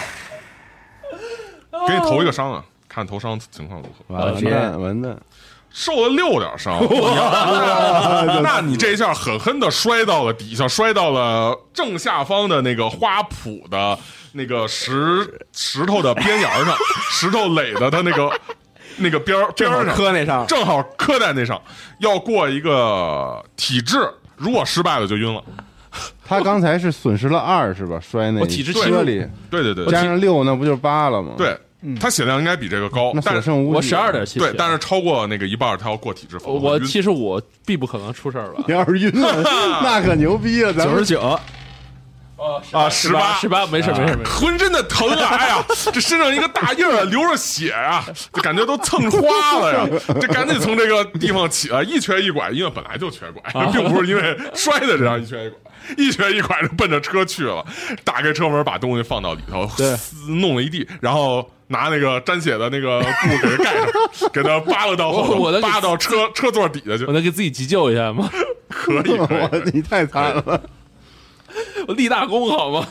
F: 给你投一个伤啊，看投伤情况如何。
E: 完了
D: 完
E: 蛋完蛋，
F: 受了六点伤，你要 那你这一下狠狠的摔到了底下，摔到了正下方的那个花圃的那个石石头的边沿儿上，石头垒的它那个那个边儿边儿上，
E: 磕那上，
F: 正好磕在那上，要过一个体质，如果失败了就晕了。
C: 他刚才是损失了二是吧？摔那
D: 我体质
C: 车里
F: 对对对，
C: 加上六，那不就是八了吗？，
F: 对，它血量应该比这个高
C: 那，所
F: 但是
C: 剩无几。
D: 我十二点七。
F: 对，但是超过那个一半儿，它要过体质
D: 我
F: 风。
D: 我
F: 晕
D: 七十五必不可能出事儿吧
C: 你？要是晕了，那可牛逼了，咱
E: 九
C: 们
E: 十九，
F: 啊，十八
D: 十八，没事没事没事。
F: 浑身的疼啊！哎呀，这身上一个大印儿啊，流着血啊，这感觉都蹭花了 呀！这赶紧从这个地方起来，一瘸一拐，因为本来就瘸拐，
D: 啊
F: 并不是因为摔的这样一瘸一拐。一瘸一拐就奔着车去了，打开车门把东西放到里 头，撕弄了一地，然后拿那个沾血的那个布给它盖 上，给它扒拉到后头，
D: 我我能给
F: 扒到车车座底下去
D: 我，能给自己急救一下吗？
F: 可以可以 可
C: 我
F: 以。
C: 你太惨了，
D: 我立大功好吗？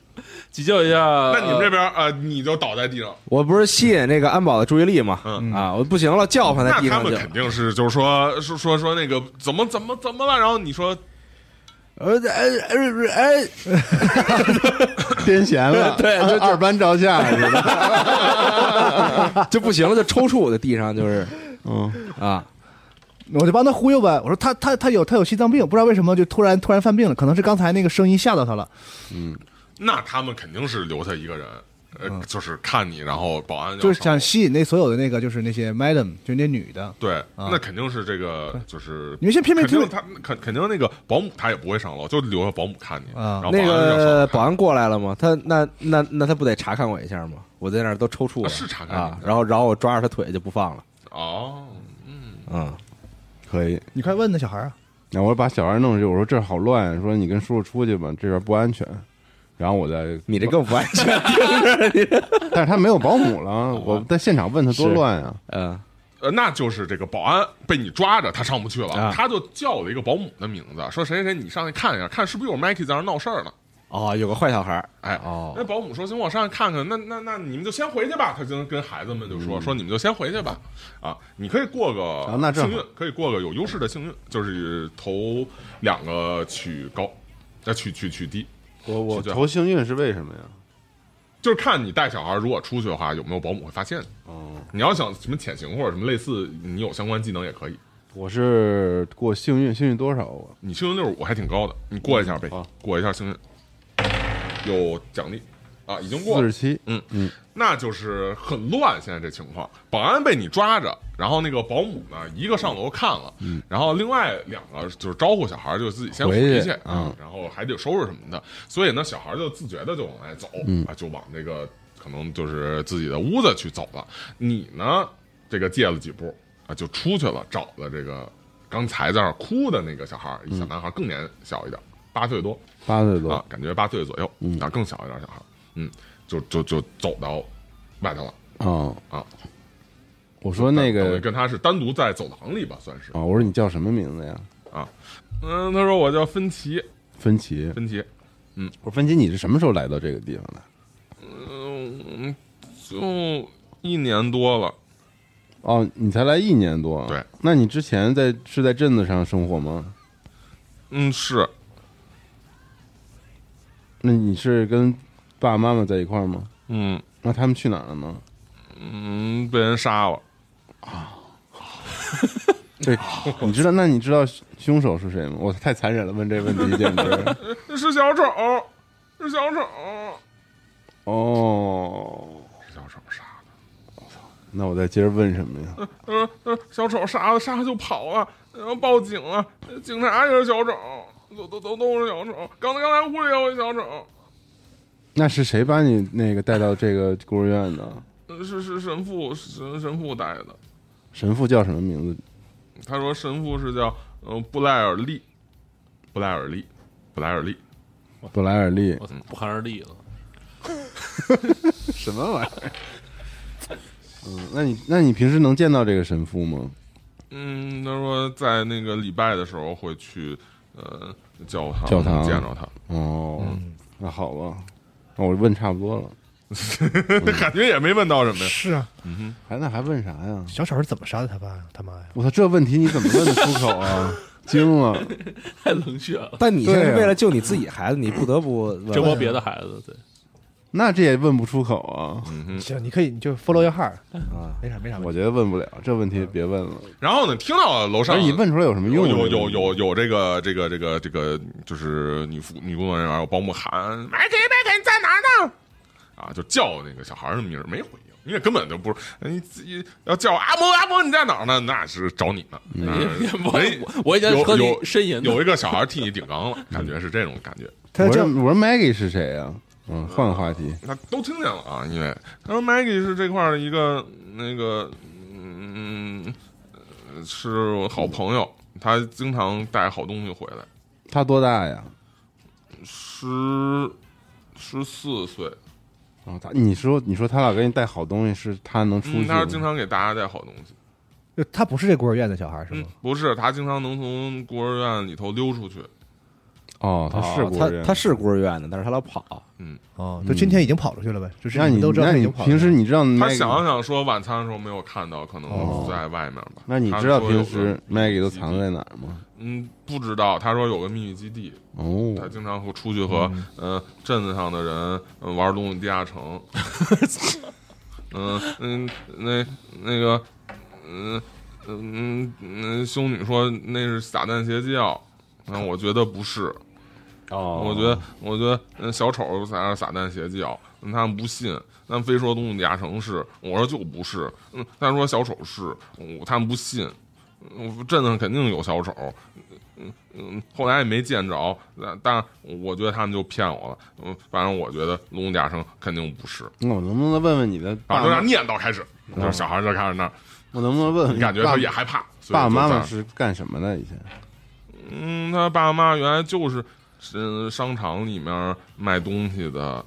D: 急救一下。
F: 那
D: 那
F: 你们这边呃，你就倒在地上，
E: 我不是吸引那个安保的注意力吗？
F: 嗯
E: 啊，我不行了，叫唤
F: 那
E: 地
F: 他
E: 上
F: 们
E: 去。
F: 肯定是就是说说说说那个怎么怎么怎么了，然后你说
E: 呃哎哎哎，
C: 癫痫了，
E: 对就
C: 二班照相似的。
E: 哎就不行了，就抽搐在地上， 就是
C: 嗯，
E: 啊，
B: 我就帮他忽悠呗。我说他他他有他有心脏病，不知道为什么就突然突然犯病了，可能是刚才那个声音吓到他了。
F: 那他们肯定是留下一个人，呃，就是看你，然后保安要
B: 嗯就是想
F: 上
B: 吸引那所有的那个，就是那些 madam，就是那女的。
F: 对，那肯定是这个就是。
B: 嗯你们先偏偏
F: 肯
B: 听
F: 定他肯肯定那个保姆他也不会上楼，就留下保姆看你，
B: 啊
F: 然后
E: 那
F: 安让上
E: 个
F: 楼
E: 保
F: 看
E: 安过来了吗？他那那那他不得查看我一下吗？我在那儿都抽搐了，
F: 啊是查看
E: 啊
F: 你，的
E: 然后然后我抓着他腿就不放了，
F: 哦，
E: 嗯，
C: 可以。
B: 你快问那小孩啊，
C: 然后我把小孩弄出去，我说这儿好乱，说你跟叔叔出去吧，这边不安全。然后我再，
E: 你这更不安 全，
C: 但是他没有保姆了，我在现场问他多
E: 是
C: 乱啊！
E: 嗯，
F: 呃，那就是这个保安被你抓着，他上不去了，
E: 啊
F: 他就叫了一个保姆的名字，说谁谁谁，你上去看一下，看是不是有 Mikey 在那儿闹事儿呢？
E: 哦，有个坏小孩儿，
F: 哎，
E: 哦
F: 那保姆说：“行，我上去看看。那那那你们就先回去吧。”他就跟孩子们就说：“说你们就先回去吧。啊，你可以过
C: 嗯啊那
F: 个
C: 正好
F: 幸运，可以过个有优势的幸运，就是投两个取高，再取取取低，
E: 我我
F: 是这样
C: 投幸运是为什么呀？
F: 就是看你带小孩如果出去的话，有没有保姆会发现你。
C: 哦，
F: 你要想什么潜行或者什么类似，你有相关技能也可以。
C: 我是过幸运，幸运多少啊？
F: 你幸运六我还挺高的，你过一下呗，
C: 好
F: 过一下幸运，有奖励啊，已经过
C: 四
F: 了
C: 十。七，
F: 嗯嗯，那就是很乱。现在这情况，保安被你抓着，然后那个保姆呢，一个上楼看了，然后另外两个就是招呼小孩，就自己先
C: 回
F: 嗯去
C: 去
F: 啊，然后还得收拾什么的。所以呢，小孩就自觉的就往外走，啊，就往那个可能就是自己的屋子去走了。你呢，这个借了几步啊，就出去了，找了这个刚才在那儿哭的那个小孩，一小男孩更年小一点，八岁多，
C: 八岁多
F: 啊，，感觉八岁左右，啊，更小一点小孩儿，嗯，就就就走到外头了
C: 哦
F: 啊。
C: 我说那
F: 等于
C: 个
F: 跟他是单独在走廊里吧，算是
C: 啊，。我说你叫什么名字呀？
F: 嗯，他说我叫芬奇，
C: 芬奇，
F: 芬奇，
C: 我说芬奇，你是什么时候来到这个地方的？
F: 嗯，就一年多了，
C: 哦，你才来一年多，啊
F: 对，
C: 那你之前在是在镇子上生活吗？
F: 嗯，是
C: 那你是跟爸爸妈妈在一块儿吗？
F: 嗯
C: 那他们去哪儿了呢？
F: 嗯，被人杀了，
C: 对，你知道？那你知 道凶手是谁吗？我太残忍了，问这问题简直。
F: 是小丑，是小丑，
C: 哦，
F: 是小丑杀的。
C: 那我再接着问什么呀？
F: 他说：“他说嗯小丑杀了，杀了就跑了，然后报警了，警察也是小丑，都都都都是小丑。刚才刚才屋里也有一小丑，
C: 那是谁把你那个带到这个孤儿院的？
F: 呃是是神父神神父带的。
C: 神父叫什么名字？
F: 他说神父是叫嗯、呃布莱尔利，布莱尔利，布莱尔利。
C: 布莱尔利
D: 我。操，不寒而栗了。
C: 什么玩意儿？ 嗯，那你那你平时能见到这个神父吗？
F: 嗯，他说在那个礼拜的时候会去呃教堂
C: 教堂
F: 见着他，
C: 哦，那好吧，那我问差不多了。嗯
F: 感觉也没问到什么呀。
B: 是啊，
C: 还哎那还问啥呀？
B: 小丑是怎么杀的他爸他妈呀？
C: 我操，这问题你怎么问得出口啊？惊了！
D: 太冷血了，
E: 但你现在
C: 对
E: 是
C: 啊
E: 为了救你自己孩子，你不得不问
D: 折磨别的孩子，对，
C: 那这也问不出口啊！
B: 行，你可以你就 follow your heart，
E: 啊，
B: 哎没啥没啥问
C: 我
B: 题。
C: 觉得问不了这问题，别问了。
F: 然后呢，听到楼
C: 而
F: 上
C: 你问出来有什么
F: 有
C: 用啊？
F: 嗯有有有有这个这个这个这个，就是女服女工作人员有保姆喊麦肯麦肯在哪儿呢？啊，就叫那个小孩儿的名儿没回应，因为根本就不是你自己要叫阿蒙阿蒙你在哪儿呢？那是找你呢。
D: 嗯
F: 那人
D: 我我已经
F: 有
D: 和你
F: 有
D: 呻吟了
F: 有一个小孩替你顶缸了，感觉是这种感觉。
B: 他
C: 我说
B: 叫
C: 我说 Maggie 是谁呀？嗯，换个话题。
F: 他都听见了啊，因为他说 Maggie 是这块儿的一个那个，嗯，呃是我好朋友，他经常带好东西回来，
C: 他多大呀？
F: 十十四岁，
C: 哦，他你说你说他老给你带好东西，是他能出去吗？
F: 嗯，他是经常给大家带好东西，
B: 就他不是这孤儿院的小孩是
F: 嗯
B: 吗？，
F: 不是，他经常能从孤儿院里头溜出去，
C: 哦，他是
E: 哦
C: 孤儿
E: 他
C: 院。
E: 他是孤儿院的，但是他老跑，
B: 哦，就今天已经跑出去了呗，就是
C: 那
B: 们
C: 你
B: 都知道
C: 那
B: 他已
C: 你
B: 经跑出去
C: 平
B: 了。
C: 时你知道 Maggie,
F: 他想想说晚餐的时候没有看到，可能
B: 哦
F: 在外面吧。
C: 那你
F: 他
C: 知道
F: 说有
C: 平
F: 个
C: 时
F: 秘密
C: Maggie 都
F: 基
C: 藏
F: 地？
C: 在哪儿吗？
F: 嗯，不知道。他说有个秘密基地，
C: 哦，
F: 他经常会出去和呃镇子上的人呃玩《龙与地下城》嗯。嗯那那个嗯嗯嗯，修女说那是撒旦邪教，嗯，我觉得不是，
E: 哦
F: 我觉得我觉得嗯小丑才是撒旦邪教，嗯他们不信。他们非说《龙与地下城》是，我说就不是。嗯，他说小丑是，嗯他们不信。嗯镇上肯定有小丑，嗯，后来也没见着，但但我觉得他们就骗我了。嗯，反正我觉得龙甲生肯定不是。
C: 那我能不能问问你的
F: 啊，
C: 爸
F: 就
C: 妈嗯
F: 那念叨开始，就是小孩就开 始那儿，
C: 我能不能问问
F: 你
C: 你
F: 感觉
C: 爸
F: 他也害怕。所以
C: 爸爸
F: 就
C: 妈
F: 在
C: 妈是干什么的？以前
F: 嗯，他爸妈原来就是是商场里面卖东西的，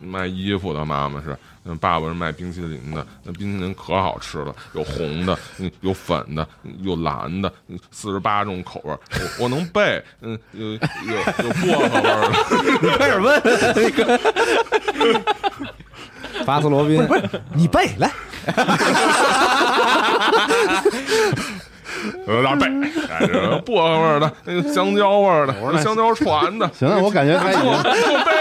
F: 卖衣服的。妈妈是，嗯，爸爸是卖冰淇淋的，那冰淇淋可好吃了，有红的，嗯，有粉的，嗯有蓝的，四十八种口味儿，我我能背。嗯，有有有薄荷味儿的。
B: 开始问，
E: 巴斯罗宾，
B: 你背来，
F: 有点背，哎，这薄荷味儿的，那个香蕉味儿的，香蕉船的，
C: 行了，我感觉他已
F: 我
C: 经
F: 我背，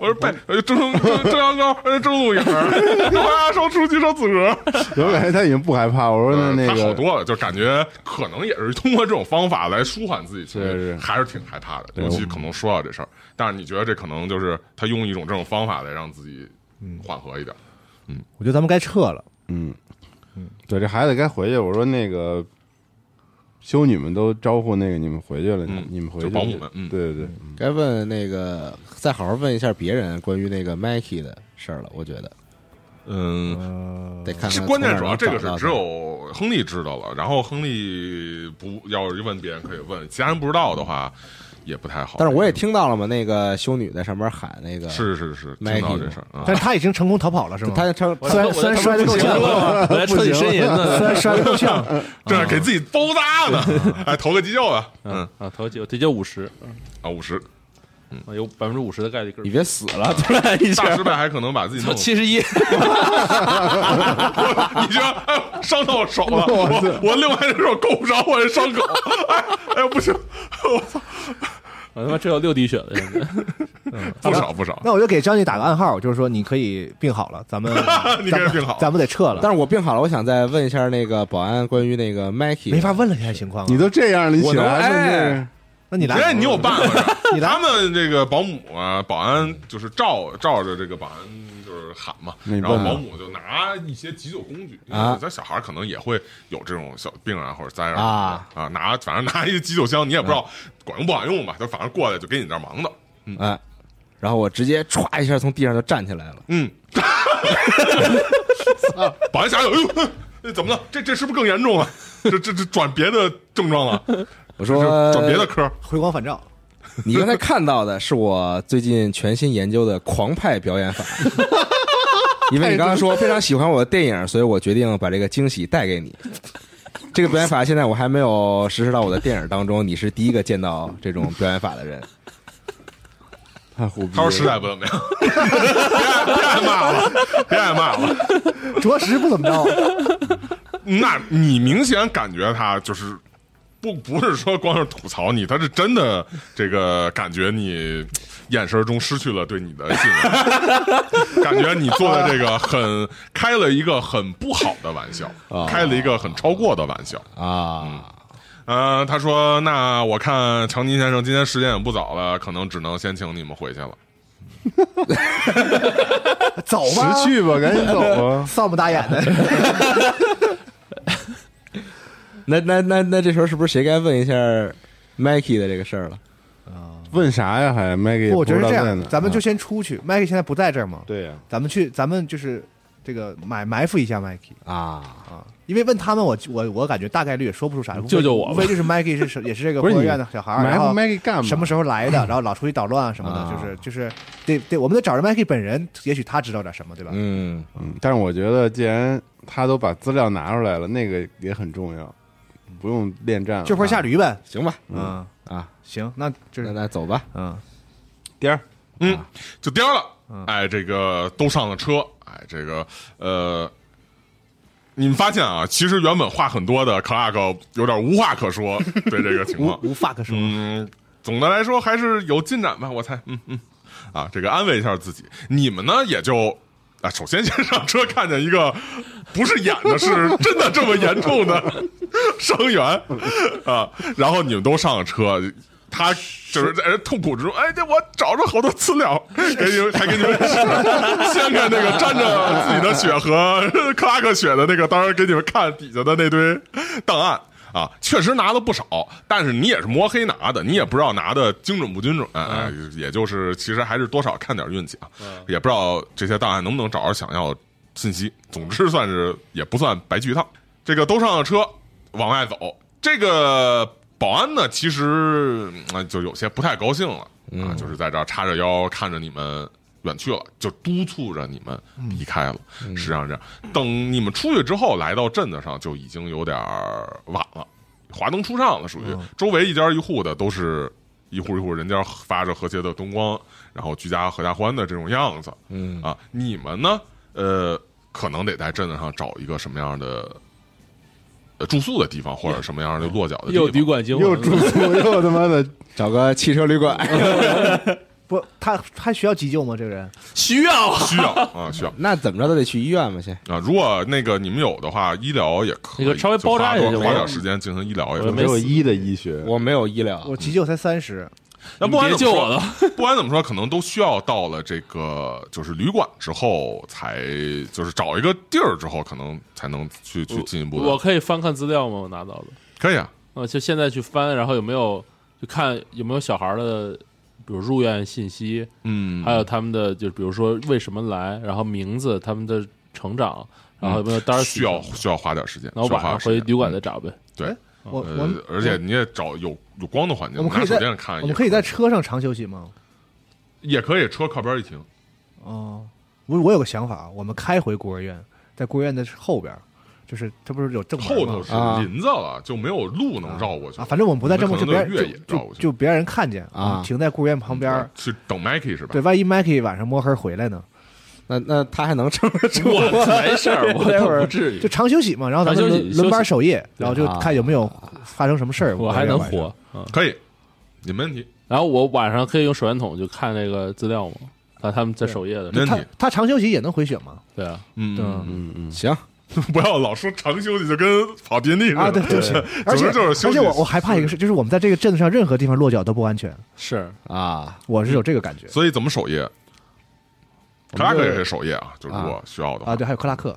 F: 我说背，呃蒸蒸蒸羊羔，呃蒸鹿眼儿，啊我要说出去说自个儿，
C: 我感觉他已经不害怕。我说那那
F: 呃他好
C: 个，
F: 多了，就感觉可能也是通过这种方法来舒缓自己情
C: 是
F: 绪
C: 是，
F: 还是挺害怕的，
C: 对
F: 尤其
C: 我
F: 可能说到这事儿，但是你觉得这可能就是他用一种这种方法来让自己缓和一点，
B: 我觉得咱们该撤了。
C: 嗯，对，这孩子该回去。我说那个修女们都招呼那个你们回去了，
F: 嗯
C: 你们回
F: 就
C: 去。
F: 保姆们嗯
C: 对对对，
E: 该问那个再好好问一下别人关于那个 Mikey 的事儿了，我觉得
F: 嗯。
E: 得看看
F: 是
E: 从
F: 关键，
E: 哪
F: 主
E: 儿
F: 要
E: 能
F: 这
E: 找
F: 个是
E: 到
F: 只
E: 他
F: 有亨利知道了，然后亨利不要是问别人可以问，其他人不知道的话也不太好。
E: 但是我也听到了嘛，那个修女在上边喊那个，
F: 是是是
E: 麦
F: 听到
E: 蒂
F: 这事儿啊，
B: 但是他已经成功逃跑了，是吗？
E: 她她
D: 我
B: 虽然
D: 我
B: 虽然
D: 他
B: 摔得够呛
D: 我在车里呻吟
B: 虽
D: 呢
B: 然摔得够 呛，
E: 嗯
F: 正在给自己包扎呢，哎，投个鸡叫吧，嗯
D: 啊，投几，得就五十，
F: 啊，五 十
D: 啊有百分之五十的概率跟
E: 你别死
C: 嗯
E: 了，突然一
F: 大
E: 下
F: 失败还可能把自己弄死。
D: 七十一，
F: 你觉得哎伤到我手 了，我我另外一只手够不着我这伤口，哎哎呦不行，我操，
D: 我他妈这有六滴血了，现 在
F: 不少不少，
B: 那我就给张姐打个暗号，就是说你可以病好了， 咱们
F: 你
B: 咱
F: 该
B: 们
F: 病好了
B: 咱们得撤了。
E: 但是我病好了，我想再问一下那个保安关于那个 Mikey，
B: 没法问了，现在情况啊
C: 你都这样了，你
E: 我
C: 起
E: 能
C: 来了，
E: 哎
C: 真是
B: 那你
F: 人家
B: 来，
F: 你有办法 呀
B: 你来
F: 他们这个保姆啊、保安就是照照着这个保安就是喊嘛，
C: 没
F: 然
C: 办法
F: 后保姆就拿一些急救工具
E: 啊
F: 咱小孩儿可能也会有这种小病啊或者灾啊
E: 啊
F: 啊，拿反正拿一个急救箱，你也不知道管用不管用吧，就反正过来就给你这儿忙的，
E: 哎，然后我直接歘一下从地上就站起来了，
F: 嗯，保安吓得，哎呦，哎怎么了？这这是不是更严重啊？这这这转别的症状了，
E: 我
F: 这
E: 说
F: 转别的科儿，
B: 回光返照，
E: 你刚才看到的是我最近全新研究的狂派表演法，因为你刚刚说非常喜欢我的电影，所以我决定把这个惊喜带给你。这个表演法现在我还没有实施到我的电影当中，你是第一个见到这种表演法的人。
C: 太虎逼
F: 他
C: 了
F: 说实在不怎么 样，别别挨骂了，别挨骂了。
B: 着实不怎么 着。
F: 那你明显感觉他就是不不是说光是吐槽你，他是真的这个感觉你眼神中失去了对你的信任，感觉你做的这个很开了一个很不好的玩笑，开了一个很超过的玩笑。
E: 啊，
F: 呃，他说：“那我看强尼先生今天时间也不早了，可能只能先请你们回去了。
B: 走吧，。
C: 识趣吧，赶紧走啊吧
B: 丧不打眼的，
E: 那那那那这时候是不是谁该问一下 Mikey 的这个事儿了？
C: 问啥呀？还麦给
B: 我觉得是这
C: 在
B: 样
C: 呢，
B: 咱们就
C: 啊
B: 先出去。麦克现在不在这儿嘛，
C: 对呀，
B: 咱们去，咱们就是这个埋埋伏一下 Mikey
E: 啊，
B: 啊，因为问他们我，我我感觉大概率也说不出啥，
D: 救救我吧
B: 无非就是 Mikey 是是也是这个孤
C: 不是
B: 儿
C: 你
B: 院的小孩儿，
C: 埋
B: 然
C: 伏
B: 后
C: 麦给干嘛？
B: 什么时候来的，然后老出去捣乱什么
E: 啊
B: 的，就是就是得得，我们得找着 Mikey 本人，也许他知道点什么，对吧？
E: 嗯，
C: 嗯，但是我觉得，既然他都把资料拿出来了，那个也很重要，不用恋战了。
B: 就坡下驴呗，
E: 行吧，
B: 嗯
E: 啊，
B: 行，那就
E: 那
B: 是
E: 那走 吧，
B: 嗯，
C: 颠儿，”
F: 嗯，就颠儿了。哎，这个都上了车。哎，这个呃，你们发现啊，其实原本话很多的 Clark 有点无话可说，对这个情况。
B: 无话可说，
F: 嗯，总的来说还是有进展吧，我猜。嗯嗯，啊，这个安慰一下自己。你们呢，也就啊，首先先上车看见一个 不是演的，是真的这么严重的 伤员啊，然后你们都上了车。他就是在这痛苦之中，哎，这我找着好多资料，给你们还给你们 指掀开那个沾着自己的血和 克拉克血的那个，当然给你们看底下的那堆档案啊，确实拿了不少，但是你也是摸黑拿的，你也不知道拿的精准不精准，哎，也就是其实还是多少看点运气啊，也不知道这些档案能不能找着想要的信息。总之，算是也不算白去一趟。这个都上了车，往外走。这个保安呢，其实啊、就有些不太高兴了啊，就是在这儿叉着腰看着你们远去了，就督促着你们
D: 嗯
F: 离开了。实际上是这样，等你们出去之后，来到镇子上就已经有点儿晚了，华灯初上了，属于
D: 嗯
F: 周围一家一户的都是。一户一户人家发着和谐的灯光，然后居家合家欢的这种样子，嗯啊，你们呢？呃，可能得在镇子上找一个什么样的呃住宿的地方，或者什么样的落脚的地方。
D: 又旅馆惊
C: 又住宿又他妈的，
E: 找个汽车旅馆。
B: 不，他他需要急救吗？这个人
D: 需要啊，
F: 需要啊，需要
E: 那怎么着都得去医院吧，先。
F: 啊。如果那个你们有的话，医疗也可以，
D: 那个稍微包扎
F: 就
D: 也
F: 花
D: 就
F: 多
D: 没
F: 花
D: 了
F: 点时间进行医疗也可
D: 我
F: 以
D: 没
C: 只有一的医学，
E: 我没有医疗，
B: 我急救才三十，
F: 那不管
D: 别
F: 怎么
D: 救我
F: 说，
D: 了，
F: 不管怎么说，可能都需要到了这个就是旅馆之后，才就是找一个地儿之后，可能才能去去进一步
D: 我
F: 的。
D: 可以翻看资料吗？我拿到的，
F: 可以啊，
D: 啊，就现在去翻，然后有没有就看有没有小孩儿的，比如入院信息，
F: 嗯，
D: 还有他们的，就比如说为什么来，然后名字，他们的成长，然后有没有 Darcy
F: 需要
D: 什么的
F: 需要花点时间，
D: 那我
F: 需要
D: 晚
F: 花
D: 上
F: 点时
D: 回
F: 间
D: 旅馆再找呗。
F: 对。
B: 我哎我
F: 呃
B: 们，
F: 而且你也找有有光的环境，
B: 我们可以
F: 拿手
B: 在
F: 电看一眼。
B: 我们可以在车上长休息吗？
F: 也可以车靠边一
B: 啊
F: 停，
B: 哦，我我有个想法啊，我们开回孤儿院，在孤儿院的后边儿，就是它不是有正门
F: 后
B: 吗
F: 头是
E: 啊
F: 林子了，就没有路能绕过去
B: 啊，反正我们不在正门，
F: 我
B: 就
F: 们
B: 别
F: 可
B: 人
F: 能都是越野
B: 就
F: 绕
B: 就
F: 过去
B: 就别让人看见
E: 啊
B: 我们停在孤儿院旁边儿。
F: 去等 Mikey 是吧？
B: 对，万一 Mikey 晚上摸黑回来呢，
E: 那那他还能撑得住？
D: 我没事儿， 我倒不至于
B: 就，长休息嘛，然后咱们
D: 长休息
B: 轮
D: 休息
B: 轮班守夜，然后就
E: 啊
B: 看有没有发生什么事儿。
D: 我还能
B: 晚上
D: 活。嗯，
F: 可以，你没问题，
D: 然后我晚上可以用手电筒就看那个资料嘛，看他们在守夜的时候。
F: 没问
B: 他
F: 题，
B: 他长休息也能回血吗？
D: 对啊，
F: 嗯，
B: 嗯，
E: 行，
F: 不要老说长休息就跟跑 D N D 似的
B: 啊，对，对不起，而且
F: 总之就是休
B: 而
F: 息。
B: 且我我害怕一个事，就是我们在这个镇子上任何地方落脚都不安全，
D: 是
E: 啊，
B: 我是有这个感觉
F: 所以怎么守夜？克拉克也可以守夜啊，就是如果需要的话
B: 啊。对，还有克拉克，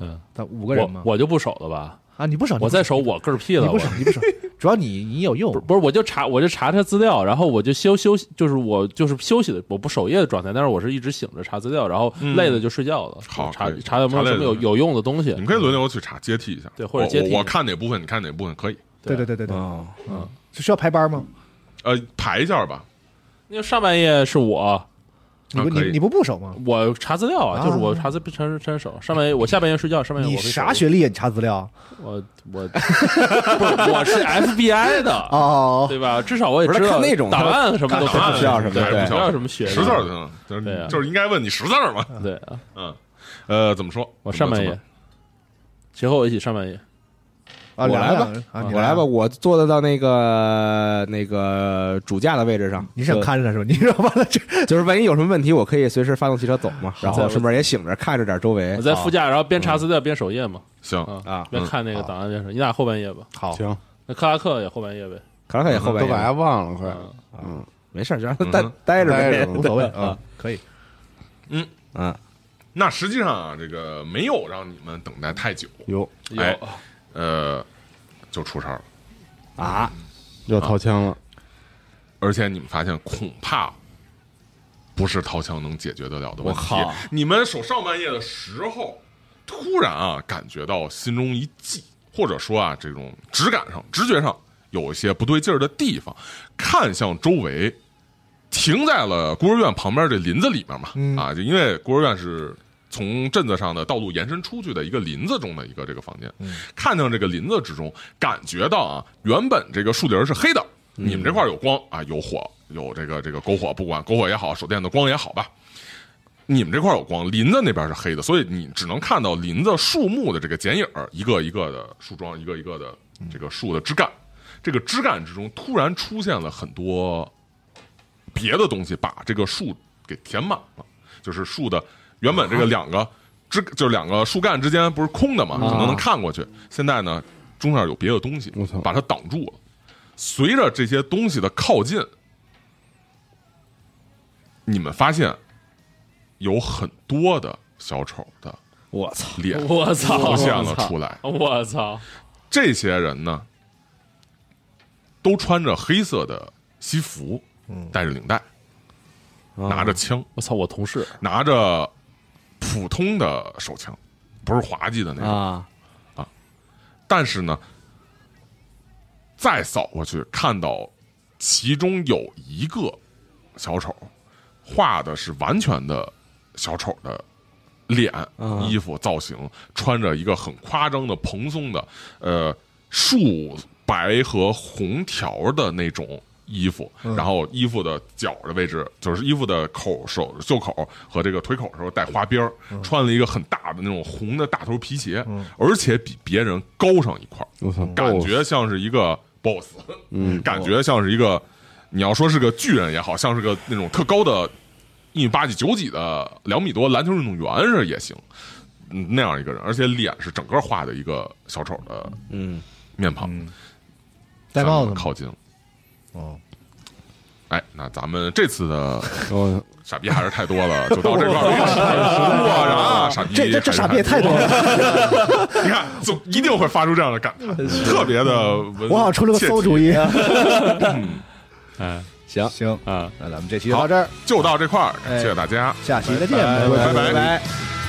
D: 嗯，
B: 他五个人
D: 我
B: 嘛，
D: 我就不守了吧，
B: 啊，你不少，
D: 我再守我个儿屁
B: 你
D: 了，
B: 不
D: 我
B: 少，你不少，主要你你有用
D: 不，是不是，我就查我就查查资料，然后我就休休息，就是我就是休息的，我不守夜的状态，但是我是一直醒着查资料，然后累了就睡觉了。
F: 好
D: 查
F: 可以嗯
D: 查有没有
F: 查累
D: 什么有
F: 了
D: 有用的东西
F: 你。们可以轮流去查，接替一下。
D: 对或者
F: 我
D: 接替一下
F: 我我看哪部分，你看哪部分可以。
B: 对对对对对，嗯
E: 哦，
B: 需要排班吗？
F: 呃，排一下吧。
D: 因为上半夜是我
B: 你不
F: 啊可以
B: 你你不不守吗？
D: 我查资料啊，
B: 啊
D: 就是我查资查查手，上半夜我下半夜睡觉，上半夜
B: 你
D: 我可以
B: 啥
D: 守
B: 学历啊呀？你查资料
D: 我我 不是我是 FBI 的，
B: 哦，
D: 对吧？至少我也
E: 不
D: 知
E: 是
D: 道
E: 看那种
D: 档案什么都
F: 档案
E: 不需要什么
F: 对
E: 对
F: 不需
D: 不
F: 要
D: 要
F: 什
D: 什
F: 么
D: 么学历
F: 识字儿就行，就
D: 对
F: 是
D: 啊
F: 就是应该问你识字儿嘛。
D: 对啊，
F: 嗯，呃，怎么说？
D: 我上半夜，谁和我一起上半夜？
B: 啊，
E: 我
B: 两
E: 来
B: 个
E: 吧
B: 两个人啊，你
E: 我来
B: 啊
E: 吧，，我坐得到那个那个主驾的位置上，
B: 你想看着他是吧？你说完了这
E: 就，就是万一有什么问题，我可以随时发动汽车走嘛，然后顺便也醒着看着点周围。
D: 我在
E: 好
D: 副驾，然后边
E: 嗯
D: 查资料边守夜嘛。
F: 行，
D: 啊
E: 啊
D: 别看那个档案电视，你俩后半夜吧。
E: 好，
C: 行，
D: 那克拉克也后半夜呗。
E: 克拉克也后半
C: 都把它
E: 夜，
C: 忘了，快
D: 嗯
E: 没事儿，就让
F: 嗯
E: 他待待着
C: 待
E: 呗
C: 着，
B: 无所谓啊，可以。
E: 嗯，
F: 那实际上啊，这个没有让你们等待太久，
C: 哟
D: 有
F: 哎，呃，就出事儿了。
E: 啊，
C: 又掏枪了，
F: 而且你们发现，恐怕不是掏枪能解决得了的问
E: 我
F: 题
E: 靠。
F: 你们守上半夜的时候，突然啊，感觉到心中一悸，或者说啊，这种直感上、直觉上有一些不对劲儿的地方，看向周围，停在了孤儿院旁边这林子里面嘛。啊，就因为孤儿院是。从镇子上的道路延伸出去的一个林子中的一个这个房间，看向这个林子之中，感觉到啊，原本这个树林儿是黑的，你们这块儿有光啊，有火，有这个这个篝火，不管篝火也好，手电的光也好吧，你们这块儿有光，林子那边是黑的，所以你只能看到林子树木的这个剪影儿，一个一个的树桩，一个一个的这个树的枝干。这个枝干之中突然出现了很多别的东西，把这个树给填满了。就是树的原本这个两个枝，就是两个树干之间不是空的嘛，可能能看过去。现在呢，中间有别的东西
C: 我操
F: 把它挡住了。随着这些东西的靠近，你们发现有很多的小丑的
E: 我操，
F: 脸
D: 我操！
F: 浮现了
D: 我操
F: 出来。
D: 我操！
F: 这些人呢，都穿着黑色的西服，
D: 嗯
F: 带着领带，
D: 啊
F: 拿着枪，
D: 我操！我同事
F: 拿着普通的手枪，不是滑稽的那种。
E: 啊，
F: 但是呢，再扫过去，看到其中有一个小丑，画的是完全的小丑的脸、衣服造型，穿着一个很夸张的蓬松的呃树白和红条的那种。衣服，然后衣服的脚的位置，就是衣服的口、手、袖口和这个腿口的时候带花边儿，穿了一个很大的那种红的大头皮鞋，而且比别人高上一块儿。
C: 我操，
F: 感
C: 够了
F: 觉像是一个 boss，嗯，感觉像是一个，你要说是个巨人也好像是个那种特高的一米八几、九几的两米多篮球运动员是也行，嗯那样一个人，而且脸是整个画的一个小丑的
E: 嗯，
F: 面庞，
B: 戴帽子
F: 向你们
B: 吗
F: 靠近了。
B: 哦，
F: 哎，那咱们这次的
B: 哦
C: 我
F: 傻逼还是太多了，就到这块 儿为止。果然啊，傻逼
B: 这这这
F: 还是
B: 傻逼也太多。了，
F: 你看，总一定会发出这样 的感叹，特别的文。
B: 我好像出了个馊主
F: 意。
B: 意。
D: 哎
E: 行
B: 行，
D: 啊，
B: 那咱们这期就到这儿，哎
F: 就到这块儿，感谢大家。
B: 下期再见，拜
D: 拜
F: 拜
E: 拜拜。